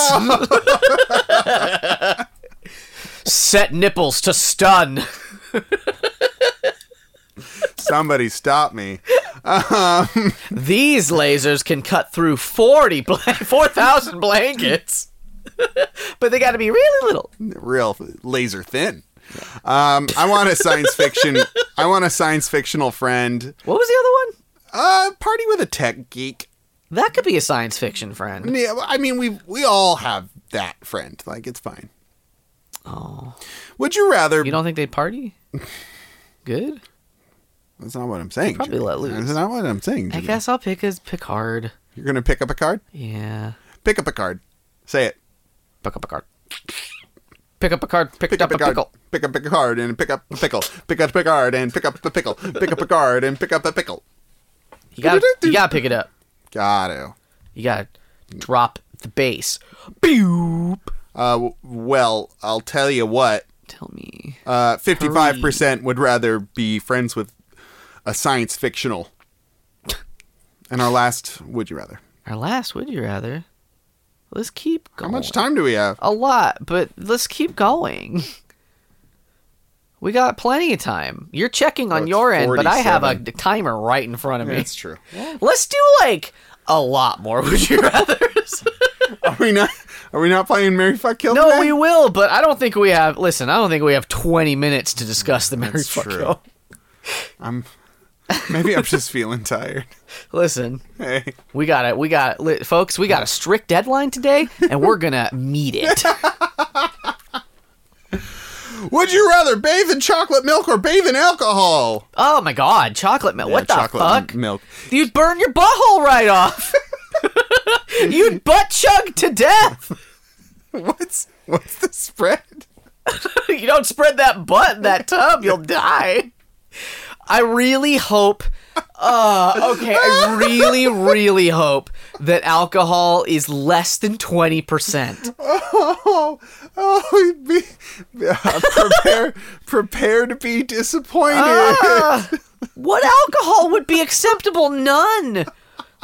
Set nipples to stun. Somebody stop me. These lasers can cut through 40 bla- 4,000 blankets. but they got to be really little. Real laser thin. Um, I want a science fiction. I want a science fictional friend. What was the other Uh, party with a tech geek. one? That could be a science fiction friend. Yeah, I mean we we all have that friend. Like it's fine. Oh. Would you rather? You don't think they'd party? Good. that's not what I'm saying. Probably Jimmy. let loose. That's not what I'm saying. I Jimmy. guess I'll pick as Picard. You're gonna pick up a card. Yeah. Pick up a card. Say it. Pick up a card. Pick up a card. Picked Pick up, up, a, a card. pickle. Pick up a card and pick up a pickle. Pick up a card and pick up a pickle. Pick up a card and pick up a pickle. You got you got to pick it up. Gotta. You gotta drop the bass. Boop. Uh, w- well, I'll tell you what. Tell me. Uh, fifty-five percent would rather be friends with a science fictional. And our last, would you rather? Our last would you rather? Let's keep How going. much time do we have? A lot, but let's keep going. We got plenty of time. You're checking on it's your end, but I have a 47. timer right in front of me. That's true. Let's do like a lot more would you rather? Are we not? Are we not playing Mary Fuck Kill? no, today? we will, but I don't think we have. Listen, I don't think we have 20 minutes to discuss the Mary That's Fuck true. Kill. I'm. Maybe I'm just feeling tired. Listen, Hey, We got it. We got li- folks. We got a strict deadline today, and we're gonna meet it. would you rather bathe in chocolate milk or bathe in alcohol? Oh my god, chocolate milk! what the Yeah, chocolate fuck? m- milk. You'd burn your butthole right off. You'd butt chug to death. What's what's the spread? you don't spread that butt in that tub, you'll die. I really hope. Uh, okay, I really, really hope that alcohol is less than twenty percent. Oh, oh, be, uh, prepare, prepare to be disappointed. Ah! What alcohol would be acceptable? None.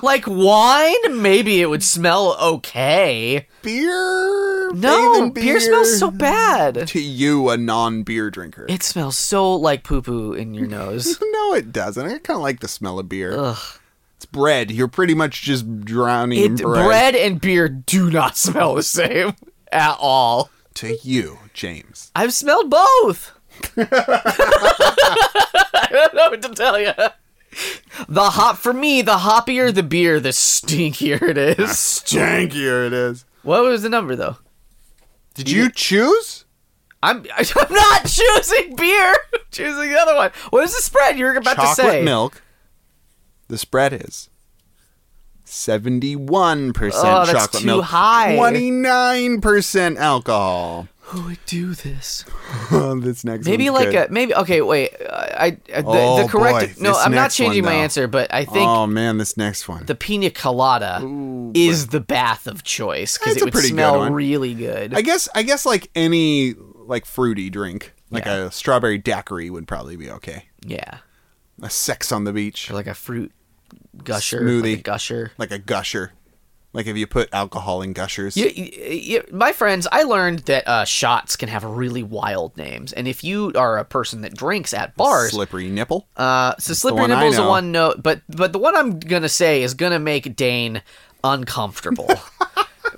Like wine, maybe it would smell okay. beer? Bathe No, in beer. smells so bad. To you, a non-beer drinker. It smells so like poo poo in your nose. no, it doesn't. I kind of like the smell of beer. It's bread. You're pretty much just drowning in It, bread. bread and beer do not smell the same at all. To you, James. I've smelled both. I don't know what to tell you. The hop for me, the hoppier the beer, the stinkier it is. Jankier it is. What was the number though? Did you choose? I'm I'm not choosing beer. I'm choosing the other one. What is the spread you were about to Chocolate say? milk. The spread is. 71% Oh, that's chocolate too milk. high. 29% alcohol. Who would do this? this next Maybe one's like good. a maybe. Okay, wait. I, I the, Oh, the correct. boy, no, this I'm not next one, changing my though. answer, but I think Oh man, this next one. the pina colada is the bath of choice because That's it a would pretty good smell one. really good. I guess I guess like any like fruity drink, like Yeah. a strawberry daiquiri would probably be okay. yeah, A sex on the beach, or like a fruit gusher, Like a Smoothie. gusher. like a gusher. Like if you put alcohol in gushers. You, you, my friends, I learned that uh, shots can have really wild names, and if you are a person that drinks at bars, Slippery nipple. Uh, so slippery one I nipples the know. one note, but but the one I'm gonna say is gonna make Dane uncomfortable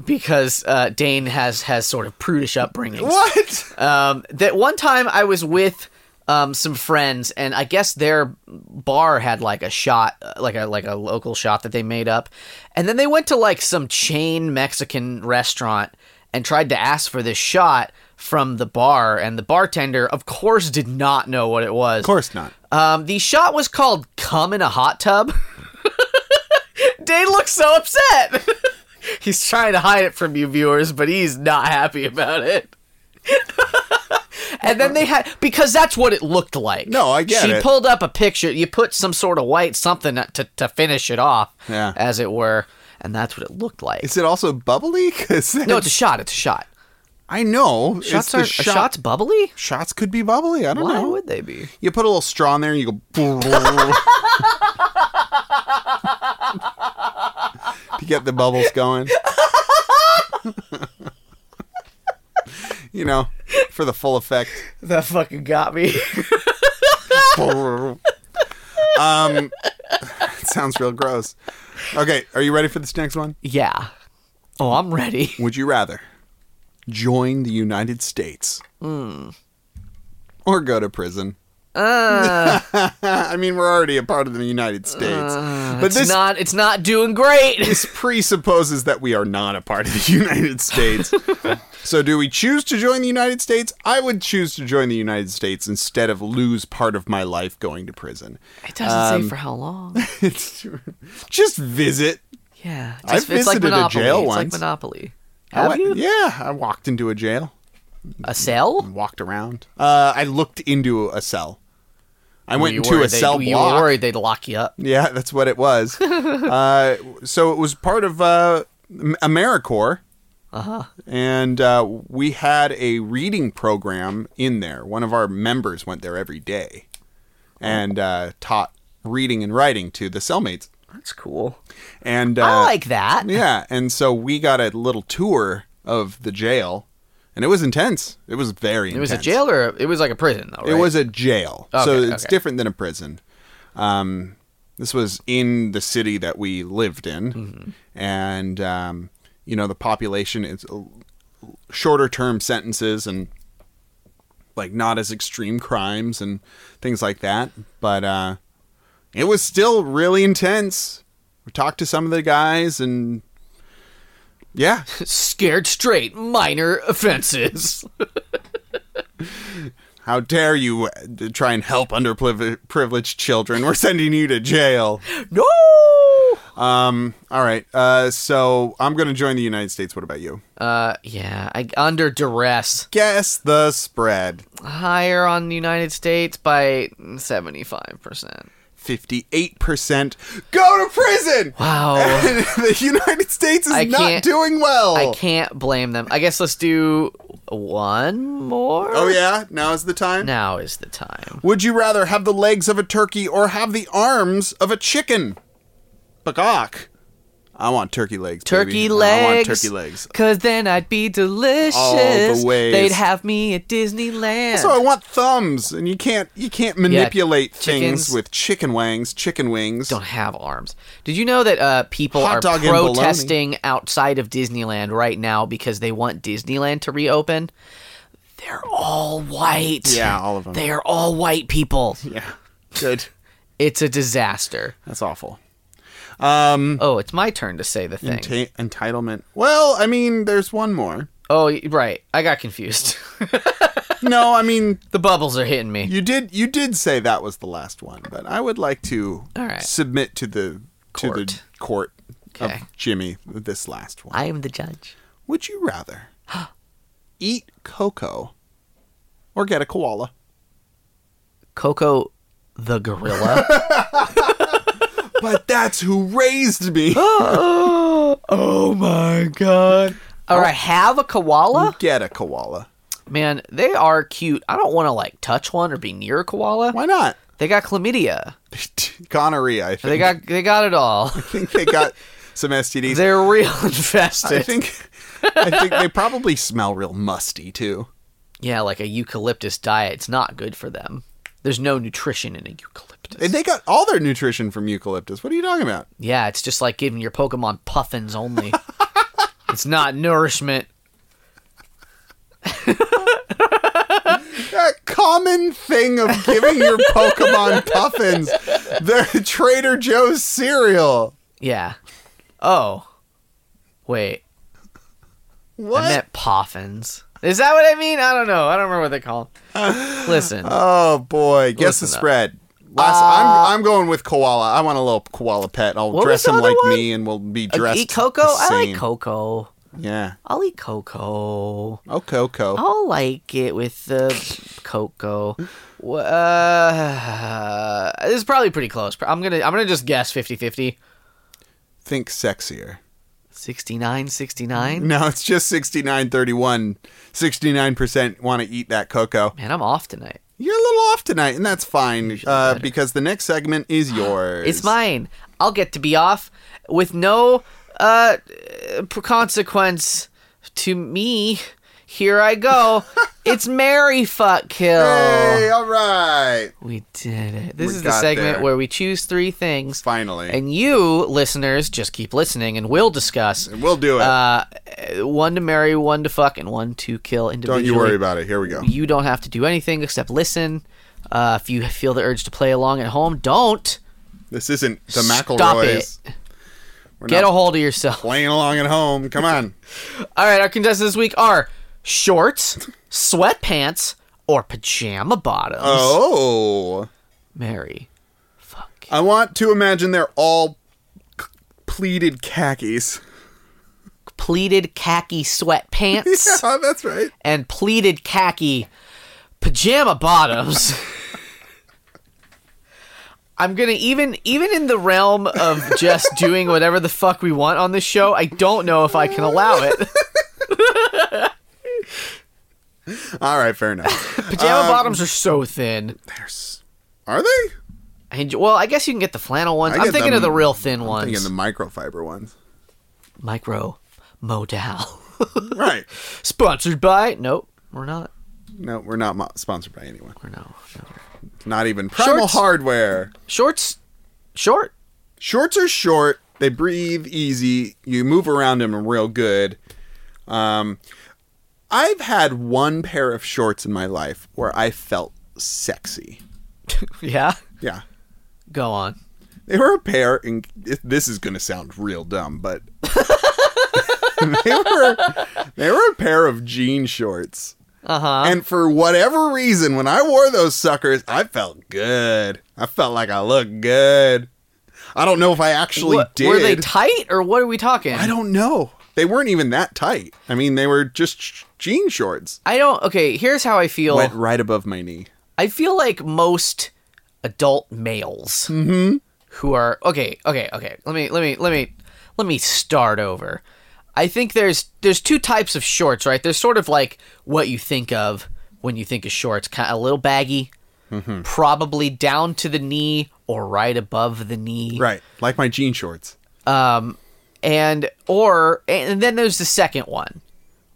because uh, Dane has has sort of prudish upbringing. What? Um, that one time I was with um, some friends, and I guess their bar had like a shot, uh, like a like a local shot that they made up, and then they went to like some chain Mexican restaurant, and tried to ask for this shot from the bar, and the bartender, of course, did not know what it was. Of course not. Um, the shot was called "Come in a Hot Tub." Dane looks so upset. he's trying to hide it from you viewers, but he's not happy about it. and then they had because that's what it looked like. No, I get she it. pulled up a picture. You put some sort of white something to to finish it off, Yeah. as it were, and that's what it looked like. Is it also bubbly? Because no, it's a shot. It's a shot. I know Shots it's the are shot- shots bubbly. Shots could be bubbly. I don't Why know. would they be? You put a little straw in there and you go. to get the bubbles going. you know, for the full effect. That fucking got me. um, it sounds real gross. Okay, are you ready for this next one? yeah. Oh, I'm ready. Would you rather join the United States or go to prison? Uh. I mean, we're already a part of the United States, but Uh, It's this not. It's not doing great. this presupposes that we are not a part of the United States. so, do we choose to join the United States? I would choose to join the United States instead of lose part of my life going to prison. It doesn't say for how long. It's just visit. Yeah, just, I've it's like visited a Monopoly. jail it's like once. Monopoly. I Have went- you Yeah, I walked into a jail. a cell? walked around. Uh, I looked into a cell. I went You into were- a they- cell You block. were worried they'd lock you up. Yeah, that's what it was. uh, so it was part of uh, M- AmeriCorps. And uh, we had a reading program in there. One of our members went there every day and uh, taught reading and writing to the cellmates. That's cool. And uh, Oh, I like that. yeah, and so we got a little tour of the jail, and it was intense. It was very. It intense. was a jail or it was like a prison though. Right? It was a jail, so Okay, it's okay. different than a prison. Um, this was in the city that we lived in, Mm-hmm. and um, you know the population is shorter term sentences and like not as extreme crimes and things like that. But uh, it was still really intense. We talked to some of the guys, and yeah, scared straight minor offenses. how dare you uh, try and help underprivileged children? We're sending you to jail. no. Um. All right. Uh. So I'm gonna join the United States. What about you? Uh, yeah, I, under duress, Guess the spread. higher on the United States by seventy-five percent. Fifty-eight percent go to prison. Wow. the United States is I not can't- doing well. I can't blame them. I guess let's do one more. Oh yeah. Now is the time. Now is the time. Would you rather have the legs of a turkey or have the arms of a chicken? Bagok. I want turkey legs. Turkey baby. I want legs. turkey legs. Cause then I'd be delicious. ways. They'd have me at Disneyland. So I want thumbs, and you can't you can't manipulate things chickens- with chicken wangs, chicken wings. don't have arms. Did you know that uh, people Hot are dog and bologna. protesting outside of Disneyland right now because they want Disneyland to reopen? They're all white. Yeah, all of them. They are all white people. Yeah. Good. It's a disaster. That's awful. Um, Oh, it's my turn to say the thing. enta- entitlement. Well, I mean, there's one more. Oh, y- right. I got confused. No, I mean, the bubbles are hitting me. you did you did say that was the last one, but I would like to All right. submit to the to the Court. court Okay. of Jimmy this last one. I am the judge. Would you rather eat cocoa or get a koala? Coco the gorilla. But that's who raised me. oh my god. Or I have a koala? get a koala. Oh. Man, they are cute. I don't want to like touch one or be near a koala. Why not? They got chlamydia. Gonorrhea. I think They got they got it all. I think they got some STDs. They're real I infested. think I think they probably smell real musty too. yeah, like a eucalyptus diet. It's not good for them. There's no nutrition in a eucalyptus. And they got all their nutrition from eucalyptus. What are you talking about? yeah, it's just like giving your Pokemon puffins only. it's not nourishment. That common thing of giving your Pokemon puffins the Trader Joe's cereal. Yeah. Oh. Wait. What? I meant poffins. Is that what I mean? I don't know. I don't remember what they call. 'em. Listen, Oh boy, guess the Listen up. Uh, spread. Last, I'm I'm going with koala. I want a little koala pet. I'll What dress was the him other like one? me, and we'll be dressed. eat cocoa. the I like same. cocoa. Yeah. I'll eat cocoa. Oh, cocoa. I'll like it with the cocoa. Wha- Uh, this is probably pretty close. I'm gonna I'm gonna just guess 50-50. Think sexier. 69, 69. No, it's just 6931. 69% want to eat that cocoa. Man, I'm off tonight. You're a little off tonight, and that's fine uh, better. because the next segment is yours. It's mine. I'll get to be off with no uh p- consequence to me. Here I go. it's Mary Fuck Kill. Oh. Hey, all right. We did it. This We is the got segment there. where we choose three things. Finally. And you, listeners, just keep listening and we'll discuss we'll do it. uh, one to marry, one to fuck, and one to kill Don't individually. you worry about it. Here we go. You don't have to do anything except listen. Uh, if you feel the urge to play along at home, don't. This isn't the Stop McElroys. We're Get not a hold of yourself. playing along at home. Come on. All right, our contestants this week are shorts, sweatpants, or pajama bottoms. Oh. Mary, fuck. I want to imagine they're all c- pleated khakis. Pleated khaki sweatpants. Yeah, Oh, that's right. and pleated khaki pajama bottoms. I'm gonna even even in the realm of just doing whatever the fuck we want on this show, I don't know if I can allow it. All right, fair enough. Pajama bottoms are so thin. There's- Are they? I enj- well, I guess you can get the flannel ones. I I'm get thinking them- of the real thin I'm ones. thinking the microfiber ones. Micro modal. Right. Sponsored by? Nope, we're not. No, we're not mo- sponsored by anyone. We're no, no. Not even Primal Shorts. Hardware. Shorts, short. Shorts are short. They breathe easy. You move around them real good. Um, I've had one pair of shorts in my life where I felt sexy. yeah, Yeah. go on. They were a pair, and this is going to sound real dumb, but they were they were a pair of jean shorts. Uh huh. And for whatever reason, when I wore those suckers, I felt good. I felt like I looked good. I don't know if I actually What- did. Were they tight or what are we talking? I don't know. They weren't even that tight. I mean, they were just sh- jean shorts. I don't. Okay, here's how I feel. Went right above my knee. I feel like most adult males who are okay, okay, okay. Let me, let me, let me, let me start over. I think there's there's two types of shorts, right? There's sort of like what you think of when you think of shorts, kind of a little baggy, probably down to the knee or right above the knee, Right. Like my jean shorts. Um, and or and then there's the second one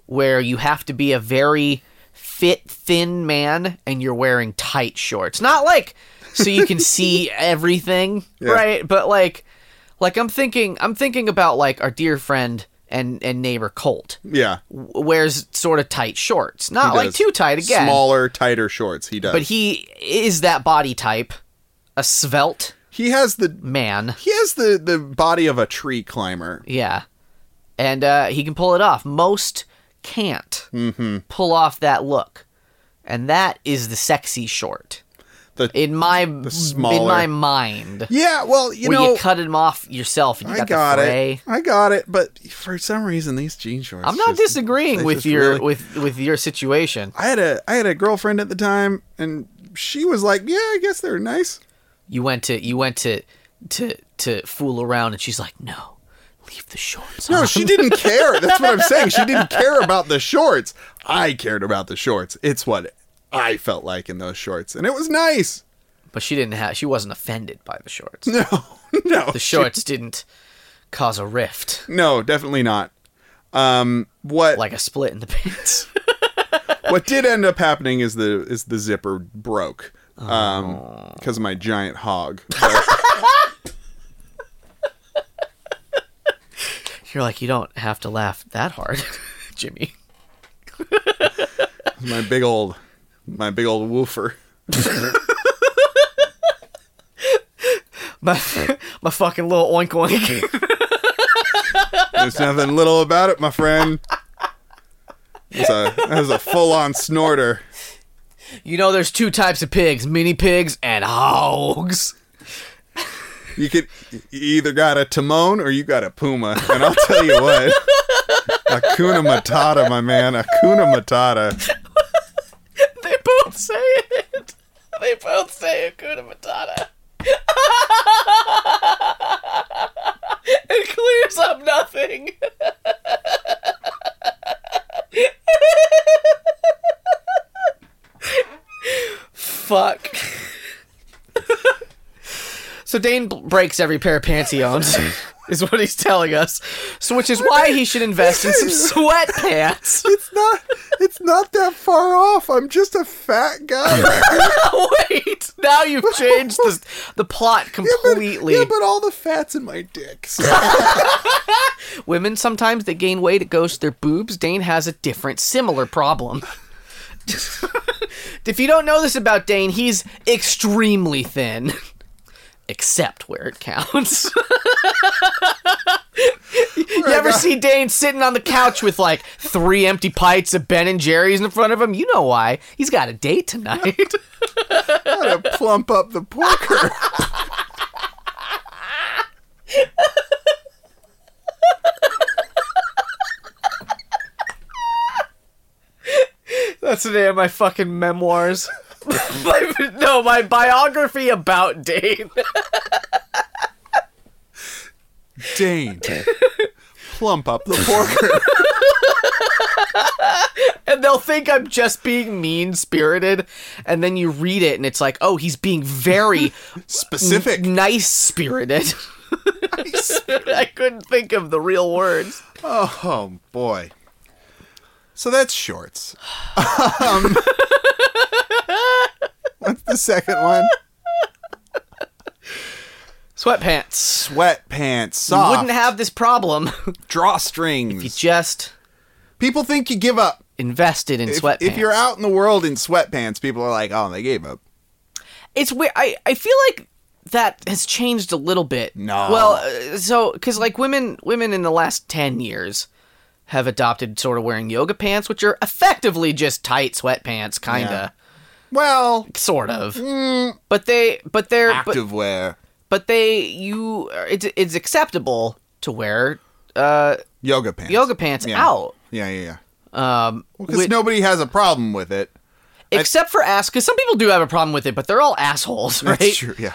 where you have to be a very fit thin man and you're wearing tight shorts not like so you can see everything right but like like i'm thinking i'm thinking about like our dear friend and and neighbor colt Yeah. w- wears sort of tight shorts not He like does too tight again Smaller, tighter shorts. He does. but he is that body type a svelte he has the man he has the the body of a tree climber. Yeah. And uh, he can pull it off. Most can't Mm-hmm. pull off that look. And that is the sexy short. The In my in smaller- my mind. yeah. Well, you where know, you cut him off yourself and you I got, got the fray. it. I got it. But for some reason, these jean shorts. I'm not just- disagreeing they with just your really- with with your situation. I had a I had a girlfriend at the time, and she was like, "Yeah, I guess they're nice." You went to you went to to to fool around and she's like, "No. Leave the shorts No, on." she didn't care. That's what I'm saying. She didn't care about the shorts. I cared about the shorts. It's what I felt like in those shorts, and it was nice. But she didn't have she wasn't offended by the shorts. No, no, The shorts didn't cause a rift no, definitely not. Um, what like a split in the pants. what did end up happening is the is the zipper broke um because of my giant hog. You're like, you don't have to laugh that hard, Jimmy. my big old my big old woofer. My, my fucking little oink oink. There's nothing little about it, my friend. As a as a full on snorter. You know, there's two types of pigs: mini pigs and hogs. You could you either got a Timon or you got a Puma, and I'll tell you what. Akuna Matata, my man. Akuna Matata. They both say it. They both say Hakuna Matata. it clears up nothing. Fuck. so Dane b- breaks every pair of pants he owns, is what he's telling us. So, which is why he should invest in some sweatpants. It's not it's not that far off. I'm just a fat guy. Wait, now you've changed the the plot completely. yeah, but all the fat's in my dick. so- Women sometimes they gain weight, it goes to their boobs. Dane has a different, similar problem. if you don't know this about Dane, he's extremely thin. Except where it counts. you ever see Dane sitting on the couch with like three empty pints of Ben and Jerry's in front of him? You know why. He's got a date tonight. gotta plump up the porker. That's the name of my fucking memoirs. My- no, my biography about Dane. Dane. Plump up the porker. and they'll think I'm just being mean spirited. And then you read it and it's like, oh, he's being very Specific. nice spirited. I couldn't think of the real words. Oh boy. So that's shorts. Um, what's the second one? Sweatpants. Sweatpants, You soft, wouldn't have this problem. drawstrings. you just People think you give up. invested in If, sweatpants. if you're out in the world in sweatpants, people are like, "Oh, they gave up." it's weird. I, I feel like that has changed a little bit. No. Well, uh, so because like women women in the last ten years have adopted sort of wearing yoga pants, which are effectively just tight sweatpants, kinda, Well, sort of. Mm. But they but they're but, activewear, but they you it's it's acceptable to wear uh yoga pants, yoga pants Yeah. out. Yeah, yeah, yeah. Um, Because with- nobody has a problem with it. except for ass, because some people do have a problem with it, but they're all assholes, right? That's true. Yeah.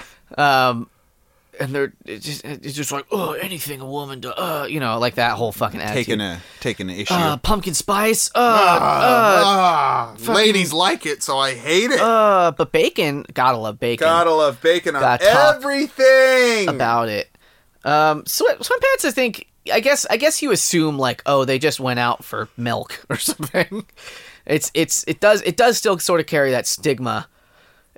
and they're it's just, it's just like oh anything a woman does uh you know like that whole fucking attitude. Taking a taking an issue. uh, pumpkin spice uh, Ah, ladies like it, so I hate it. uh but bacon gotta love bacon Gotta love bacon on Gotta talk everything. about it um sweat sweatpants I think I guess I guess you assume like oh they just went out for milk or something it's it's it does it does still sort of carry that stigma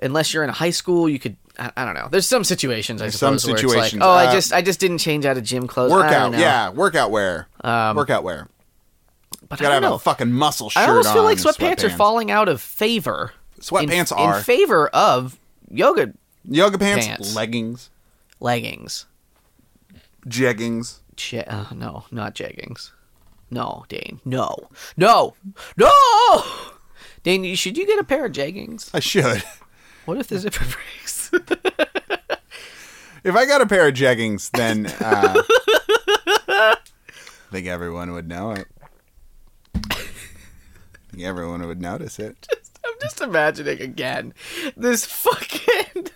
unless you're in high school you could I, I don't know there's some situations I some suppose where it's like situations, oh I uh, just I just didn't change out of gym clothes I don't workout, know. yeah, workout wear, workout wear. but Gotta I don't have know a fucking muscle shirt I on. almost feel like and sweatpants, are falling out of favor. Sweatpants in, are. in favor of yoga Yoga pants, Pants. leggings, leggings. jeggings. Je- uh, no, not jeggings. No, Dane. No, no, no. Dane, you- should you get a pair of jeggings? I should. What if the zipper breaks? If I got a pair of jeggings, then uh, I think everyone would know it. I think everyone would notice it. I'm just imagining again this fucking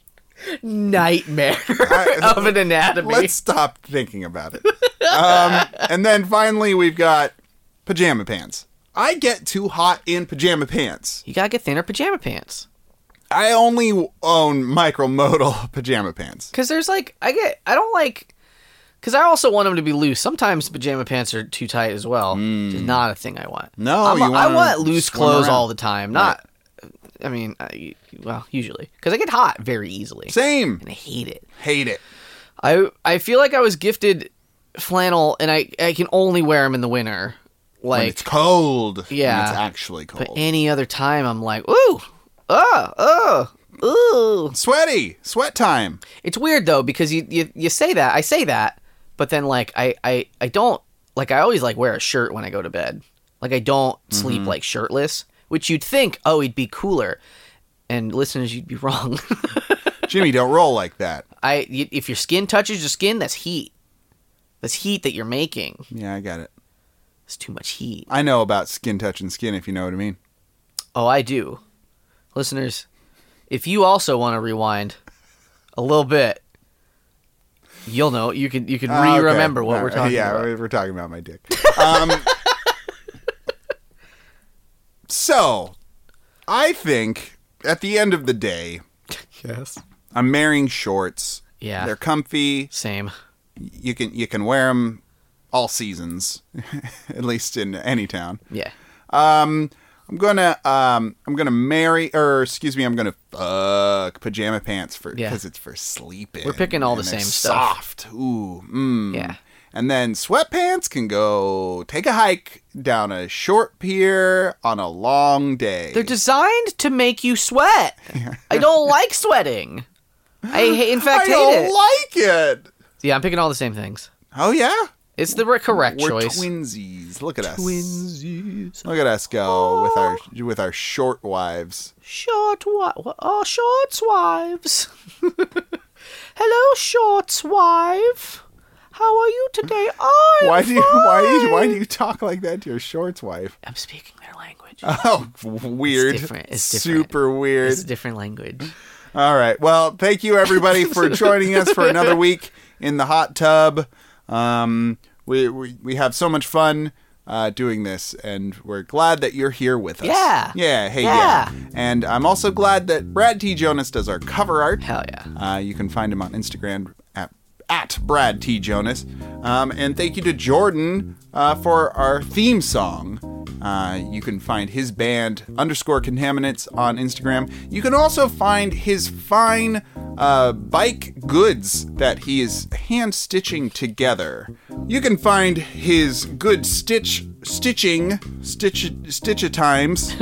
nightmare I- of an anatomy. Let's stop thinking about it. Um, and then finally, we've got pajama pants. I get too hot in pajama pants. You gotta get thinner pajama pants. I only own micromodal pajama pants. Because there's like, I get, I don't like, because I also want them to be loose. Sometimes pajama pants are too tight as well. Which is not a thing I want. Mm. No, I'm a- you I wanna want loose swim clothes around. all the time. Not, I mean, I, well, usually because I get hot very easily. Same. And I hate it. Hate it. I I feel like I was gifted flannel, and I I can only wear them in the winter. When Like it's cold. when Yeah. it's actually cold. any other time, I'm like, ooh, ah, ah, ooh. Sweaty. Sweat time. It's weird though because you, you you say that I say that, but then like I I I don't like I always like wear a shirt when I go to bed. Like I don't Mm-hmm. sleep like shirtless, which you'd think, oh, he'd be cooler. And listeners, you'd be wrong. Jimmy, don't roll like that. I y- if your skin touches your skin, that's heat. That's heat that you're making. Yeah, I got it. It's too much heat. I know about skin touching skin, if you know what I mean. Oh, I do. Listeners, if you also want to rewind a little bit, you'll know. You can you can Ah, okay. re-remember what All we're right. talking yeah, about. we're- we're talking about my dick. Um, so, I think at the end of the day, Yes. I'm marrying shorts. Yeah. They're comfy. Same. You can you can wear them all seasons, at least in any town. Yeah. I'm gonna um I'm gonna marry or excuse me I'm gonna fuck pajama pants for Yeah. because it's for sleeping. We're picking all the and they're same stuff. soft. stuff. Ooh, mm. Yeah. And then sweatpants can go take a hike down a short pier on a long day. They're designed to make you sweat. I don't like sweating. I ha- in I fact hate don't it. like it. yeah, I'm picking all the same things. Oh yeah, It's the re- correct we're choice. twinsies. Look at us. Twinsies. Look at us go with our with our short wives. Short wi- oh, shorts wives. Hello, shorts wife. How are you today? I'm Why do you why do you, why fine. do you talk like that to your shorts wife? I'm speaking their language. Oh, weird. different. It's different. Super weird. It's a different language. All right. Well, thank you everybody for joining us for another week in the hot tub. Um, we, we we have so much fun uh, doing this, and we're glad that you're here with us. Yeah. Yeah. Hey. Yeah. Yeah. And I'm also glad that Brad T. Jonas does our cover art. Hell yeah. Uh, you can find him on Instagram at, at Brad T. Jonas. Um, and thank you to Jordan uh, for our theme song. Uh, you can find his band underscore contaminants on Instagram. You can also find his fine uh, bike goods that he is hand stitching together. You can find his good stitch stitching stitch stitch times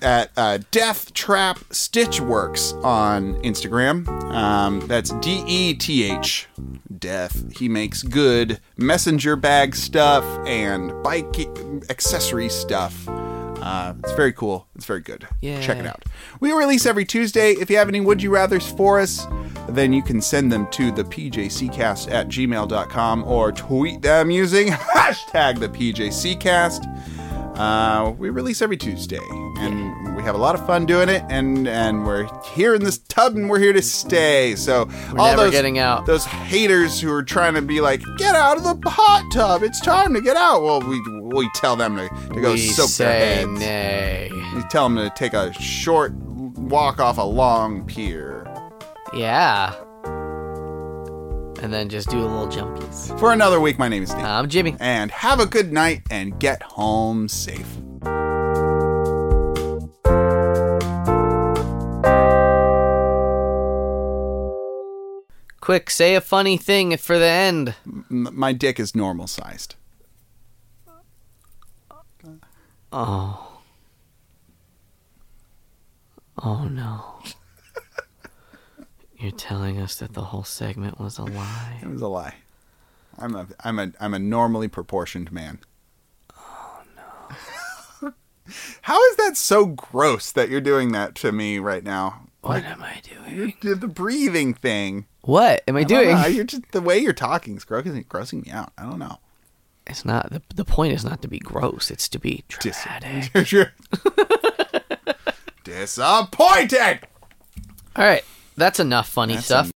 at uh, Death Trap Stitchworks on Instagram. Um, that's D E T H. Death. He makes good messenger bag stuff and bike accessory stuff. Uh, it's very cool. It's very good. Yeah. Check it out. We release every Tuesday. If you have any would you rathers for us, then you can send them to the PJCcast at gmail.com or tweet them using hashtag the PJCcast. Uh, we release every Tuesday, and we have a lot of fun doing it. And and we're here in this tub, and we're here to stay. So all never those getting out. Those haters who are trying to be like, get out of the hot tub. It's time to get out. Well, we we tell them to, to go we soak their say heads. nay. We tell them to take a short walk off a long pier Yeah. And then just do a little jumpies. for another week. My name is Dave, I'm Jimmy. and have a good night and get home safe. Quick, say a funny thing for the end. M- my dick is normal sized. Oh. Oh no. You're telling us that the whole segment was a lie. It was a lie. I'm a I'm a I'm a normally proportioned man. Oh no. How is that so gross that you're doing that to me right now? What am I doing? Did the breathing thing. What am I I don't doing? know, You're just the way you're talking is grossing, grossing me out. I don't know. It's not the, the point is not to be gross, it's to be Dis- dramatic. Disappointed. All right, that's enough funny stuff.